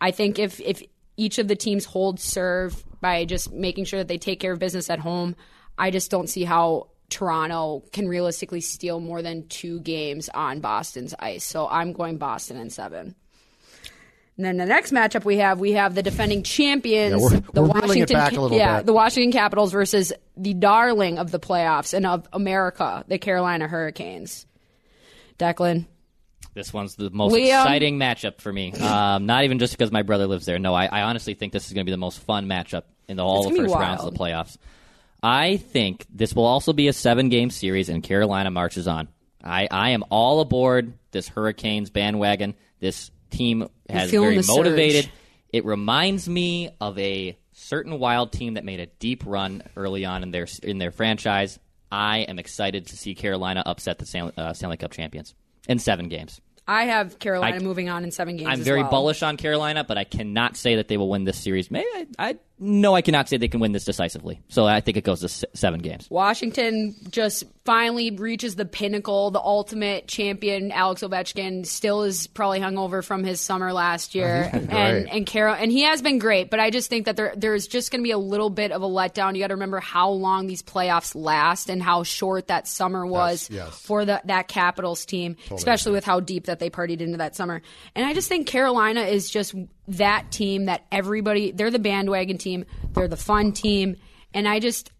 Speaker 5: I think if if each of the teams hold serve by just making sure that they take care of business at home, I just don't see how Toronto can realistically steal more than two games on Boston's ice. So I'm going Boston in seven. And then the next matchup we have, we have the defending champions,
Speaker 3: Yeah, we're-
Speaker 5: the
Speaker 3: we're reeling it
Speaker 5: Washington,
Speaker 3: back a little
Speaker 5: yeah,
Speaker 3: bit.
Speaker 5: the Washington Capitals versus the darling of the playoffs and of America, the Carolina Hurricanes. Declan,
Speaker 4: This one's the most
Speaker 5: Liam.
Speaker 4: exciting matchup for me. Um, not even just because my brother lives there. No, I, I honestly think this is going to be the most fun matchup in the, all
Speaker 5: It's
Speaker 4: the
Speaker 5: gonna be
Speaker 4: first rounds of
Speaker 5: wild.
Speaker 4: the playoffs. I think this will also be a seven game series, and Carolina marches on. I, I am all aboard this Hurricanes bandwagon. This team has
Speaker 5: feeling
Speaker 4: very
Speaker 5: the surge.
Speaker 4: motivated. It reminds me of a certain wild team that made a deep run early on in their in their franchise. I am excited to see Carolina upset the Stanley, uh, Stanley Cup champions in seven games.
Speaker 5: I have Carolina
Speaker 4: I-
Speaker 5: moving on in seven games.
Speaker 4: I'm
Speaker 5: as
Speaker 4: very
Speaker 5: well.
Speaker 4: bullish on Carolina, but I cannot say that they will win this series. Maybe I, I no, I cannot say they can win this decisively. So I think it goes to se- seven games.
Speaker 5: Washington just finally reaches the pinnacle, the ultimate champion. Alex Ovechkin still is probably hungover from his summer last year, and and Carol and he has been great, but I just think that there there's just going to be a little bit of a letdown. You got to remember how long these playoffs last and how short that summer was
Speaker 3: yes.
Speaker 5: for the, that Capitals team, especially with how deep that they partied into that summer. And I just think Carolina is just that team that everybody they're the bandwagon team, they're the fun team, and I just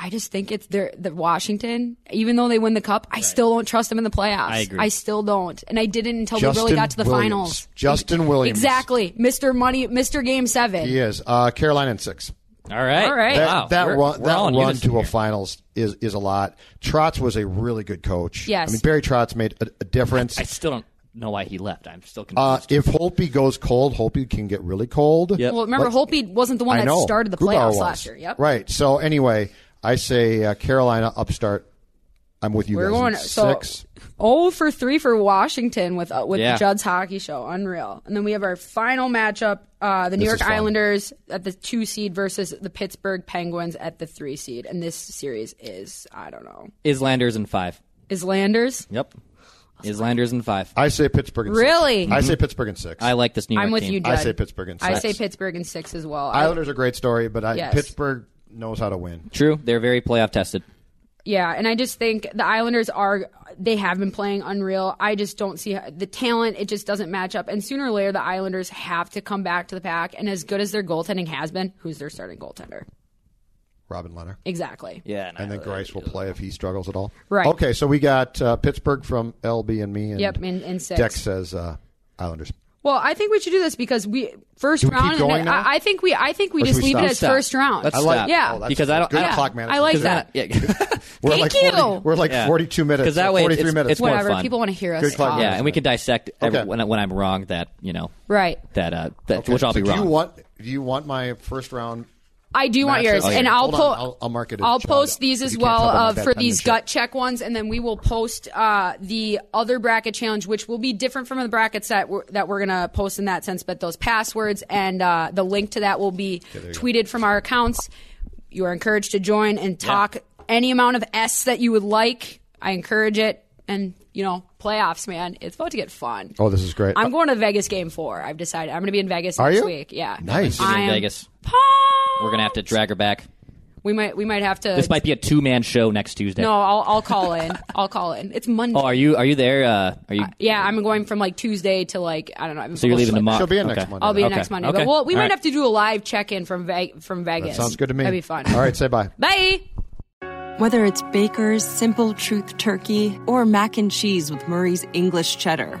Speaker 5: I just think it's their the Washington. Even though they win the cup, I still don't trust them in the playoffs. I
Speaker 4: agree.
Speaker 5: still don't, and I didn't until
Speaker 3: Justin
Speaker 5: they really got to the
Speaker 3: Williams.
Speaker 5: finals.
Speaker 3: Justin Williams.
Speaker 5: Exactly, Mister Money, Mister Game Seven.
Speaker 3: He is uh, Carolina in six.
Speaker 4: All right,
Speaker 5: All right.
Speaker 3: That,
Speaker 4: Wow.
Speaker 3: that
Speaker 4: We're-
Speaker 3: run,
Speaker 4: we're all
Speaker 3: that
Speaker 4: in
Speaker 3: run
Speaker 4: unison
Speaker 3: to a
Speaker 4: here.
Speaker 3: finals is, is a lot. Trotz was a really good coach.
Speaker 5: Yes.
Speaker 3: I mean, Barry Trotz made a, a difference.
Speaker 4: I still don't know why he left. I'm still confused.
Speaker 3: Uh, if Holtby goes cold, Holtby can get really cold.
Speaker 4: Yep.
Speaker 5: Well, remember Holpe wasn't the one
Speaker 3: I
Speaker 5: that
Speaker 3: know.
Speaker 5: started the
Speaker 3: Grubauer
Speaker 5: playoffs
Speaker 3: was.
Speaker 5: last year. Yep.
Speaker 3: Right. So anyway, I say uh, Carolina upstart. I'm with you
Speaker 5: We're
Speaker 3: guys. in
Speaker 5: going so
Speaker 3: six.
Speaker 5: oh for three for Washington with uh, with
Speaker 4: Yeah.
Speaker 5: Judd's hockey show. Unreal. And then we have our final matchup: uh, the New York
Speaker 3: is fun.
Speaker 5: Islanders at the two seed versus the Pittsburgh Penguins at the three seed. And this series is I don't know.
Speaker 4: Islanders in five.
Speaker 5: Is Landers?
Speaker 4: Yep. Islanders in five.
Speaker 3: I say Pittsburgh. In
Speaker 5: Really?
Speaker 3: Six. I say Pittsburgh in six.
Speaker 4: I like this New York
Speaker 5: I'm with
Speaker 4: team.
Speaker 5: you,
Speaker 3: I
Speaker 5: Judd.
Speaker 3: say Pittsburgh in six.
Speaker 5: I say Pittsburgh in six as well. I-
Speaker 3: Islanders are a great story, but I,
Speaker 5: Yes.
Speaker 3: Pittsburgh knows how to win.
Speaker 4: True, they're very playoff tested.
Speaker 5: yeah, and I just think the Islanders are they have been playing unreal. I just don't see the talent; it just doesn't match up. And sooner or later, the Islanders have to come back to the pack. And as good as their goaltending has been, who's their starting goaltender?
Speaker 3: Robin Leonard.
Speaker 5: Exactly.
Speaker 4: Yeah,
Speaker 3: And then Grice will play if he struggles at all.
Speaker 5: Right.
Speaker 3: Okay, so we got uh, Pittsburgh from LB and me. And
Speaker 5: Yep, in- in six.
Speaker 3: Dex says uh, Islanders.
Speaker 5: Well, I think we should do this because we first
Speaker 3: Do we keep
Speaker 5: round. and
Speaker 3: going
Speaker 5: then-
Speaker 3: now?
Speaker 5: I, I think we. I think we
Speaker 3: Or should
Speaker 5: just
Speaker 3: we
Speaker 5: leave
Speaker 3: stop?
Speaker 5: it as
Speaker 4: Stop.
Speaker 5: first round.
Speaker 4: Let's I like- stop.
Speaker 5: Yeah,
Speaker 3: Oh, that's
Speaker 4: Because I don't-
Speaker 3: good
Speaker 4: I don't-
Speaker 3: clock
Speaker 5: I
Speaker 3: management.
Speaker 5: like
Speaker 4: Because
Speaker 5: that.
Speaker 4: then I- yeah.
Speaker 3: We're
Speaker 5: Thank
Speaker 3: like 40,
Speaker 5: you.
Speaker 3: We're like
Speaker 4: Yeah.
Speaker 3: 42 minutes.
Speaker 4: 'Cause that way
Speaker 3: 43
Speaker 4: it's-
Speaker 3: minutes.
Speaker 4: it's more
Speaker 5: whatever.
Speaker 4: fun.
Speaker 5: People want to hear us
Speaker 3: Good clock.
Speaker 5: talk.
Speaker 4: yeah, and we can dissect every,
Speaker 3: Okay.
Speaker 4: when, I- when I'm wrong that you know
Speaker 5: Right.
Speaker 4: that uh that
Speaker 3: Okay,
Speaker 4: which I'll
Speaker 3: so
Speaker 4: be
Speaker 3: do
Speaker 4: wrong.
Speaker 3: You want, do you want my first round
Speaker 5: I do want yours,
Speaker 3: Matches.
Speaker 5: and I'll,
Speaker 3: Hold on.
Speaker 5: po-
Speaker 3: I'll- I'll mark it as
Speaker 5: I'll
Speaker 3: Chad,
Speaker 5: post these
Speaker 3: if
Speaker 5: as
Speaker 3: you can't
Speaker 5: well
Speaker 3: tell by my
Speaker 5: uh,
Speaker 3: bad
Speaker 5: for
Speaker 3: penmanship.
Speaker 5: these gut check ones, and then we will post uh, the other bracket challenge, which will be different from the brackets that we're, that we're gonna post in that sense. But those passwords and uh, the link to that will be tweeted from our accounts. You are encouraged to join and talk any amount of S that you would like. I encourage it, and you know playoffs, man, it's about to get fun.
Speaker 3: Oh, this is great.
Speaker 5: I'm going to the Vegas game four. I've decided I'm gonna be in Vegas
Speaker 3: Are
Speaker 5: next
Speaker 3: you?
Speaker 5: week. Yeah,
Speaker 3: Nice.
Speaker 5: I
Speaker 4: in
Speaker 5: am
Speaker 4: Vegas.
Speaker 5: pumped.
Speaker 4: We're gonna have to drag her back.
Speaker 5: We might we might have to.
Speaker 6: This might be a two man show next Tuesday.
Speaker 5: no, I'll I'll call in. I'll call in. It's Monday.
Speaker 4: Oh, are you are you there? Uh, are you?
Speaker 5: yeah, I'm going from like Tuesday to like I don't know. I'm
Speaker 4: so you're leaving tomorrow.
Speaker 3: She'll be in
Speaker 4: Okay.
Speaker 3: next Monday.
Speaker 5: I'll be in
Speaker 4: Okay,
Speaker 5: next Monday.
Speaker 4: okay.
Speaker 5: But well, we
Speaker 4: All
Speaker 5: might
Speaker 4: right.
Speaker 5: have to do a live check in from Ve- from Vegas.
Speaker 3: Sounds good to me.
Speaker 5: That'd be fun.
Speaker 3: All right, say bye.
Speaker 5: Bye.
Speaker 7: Whether it's Baker's Simple Truth Turkey or mac and cheese with Murray's English cheddar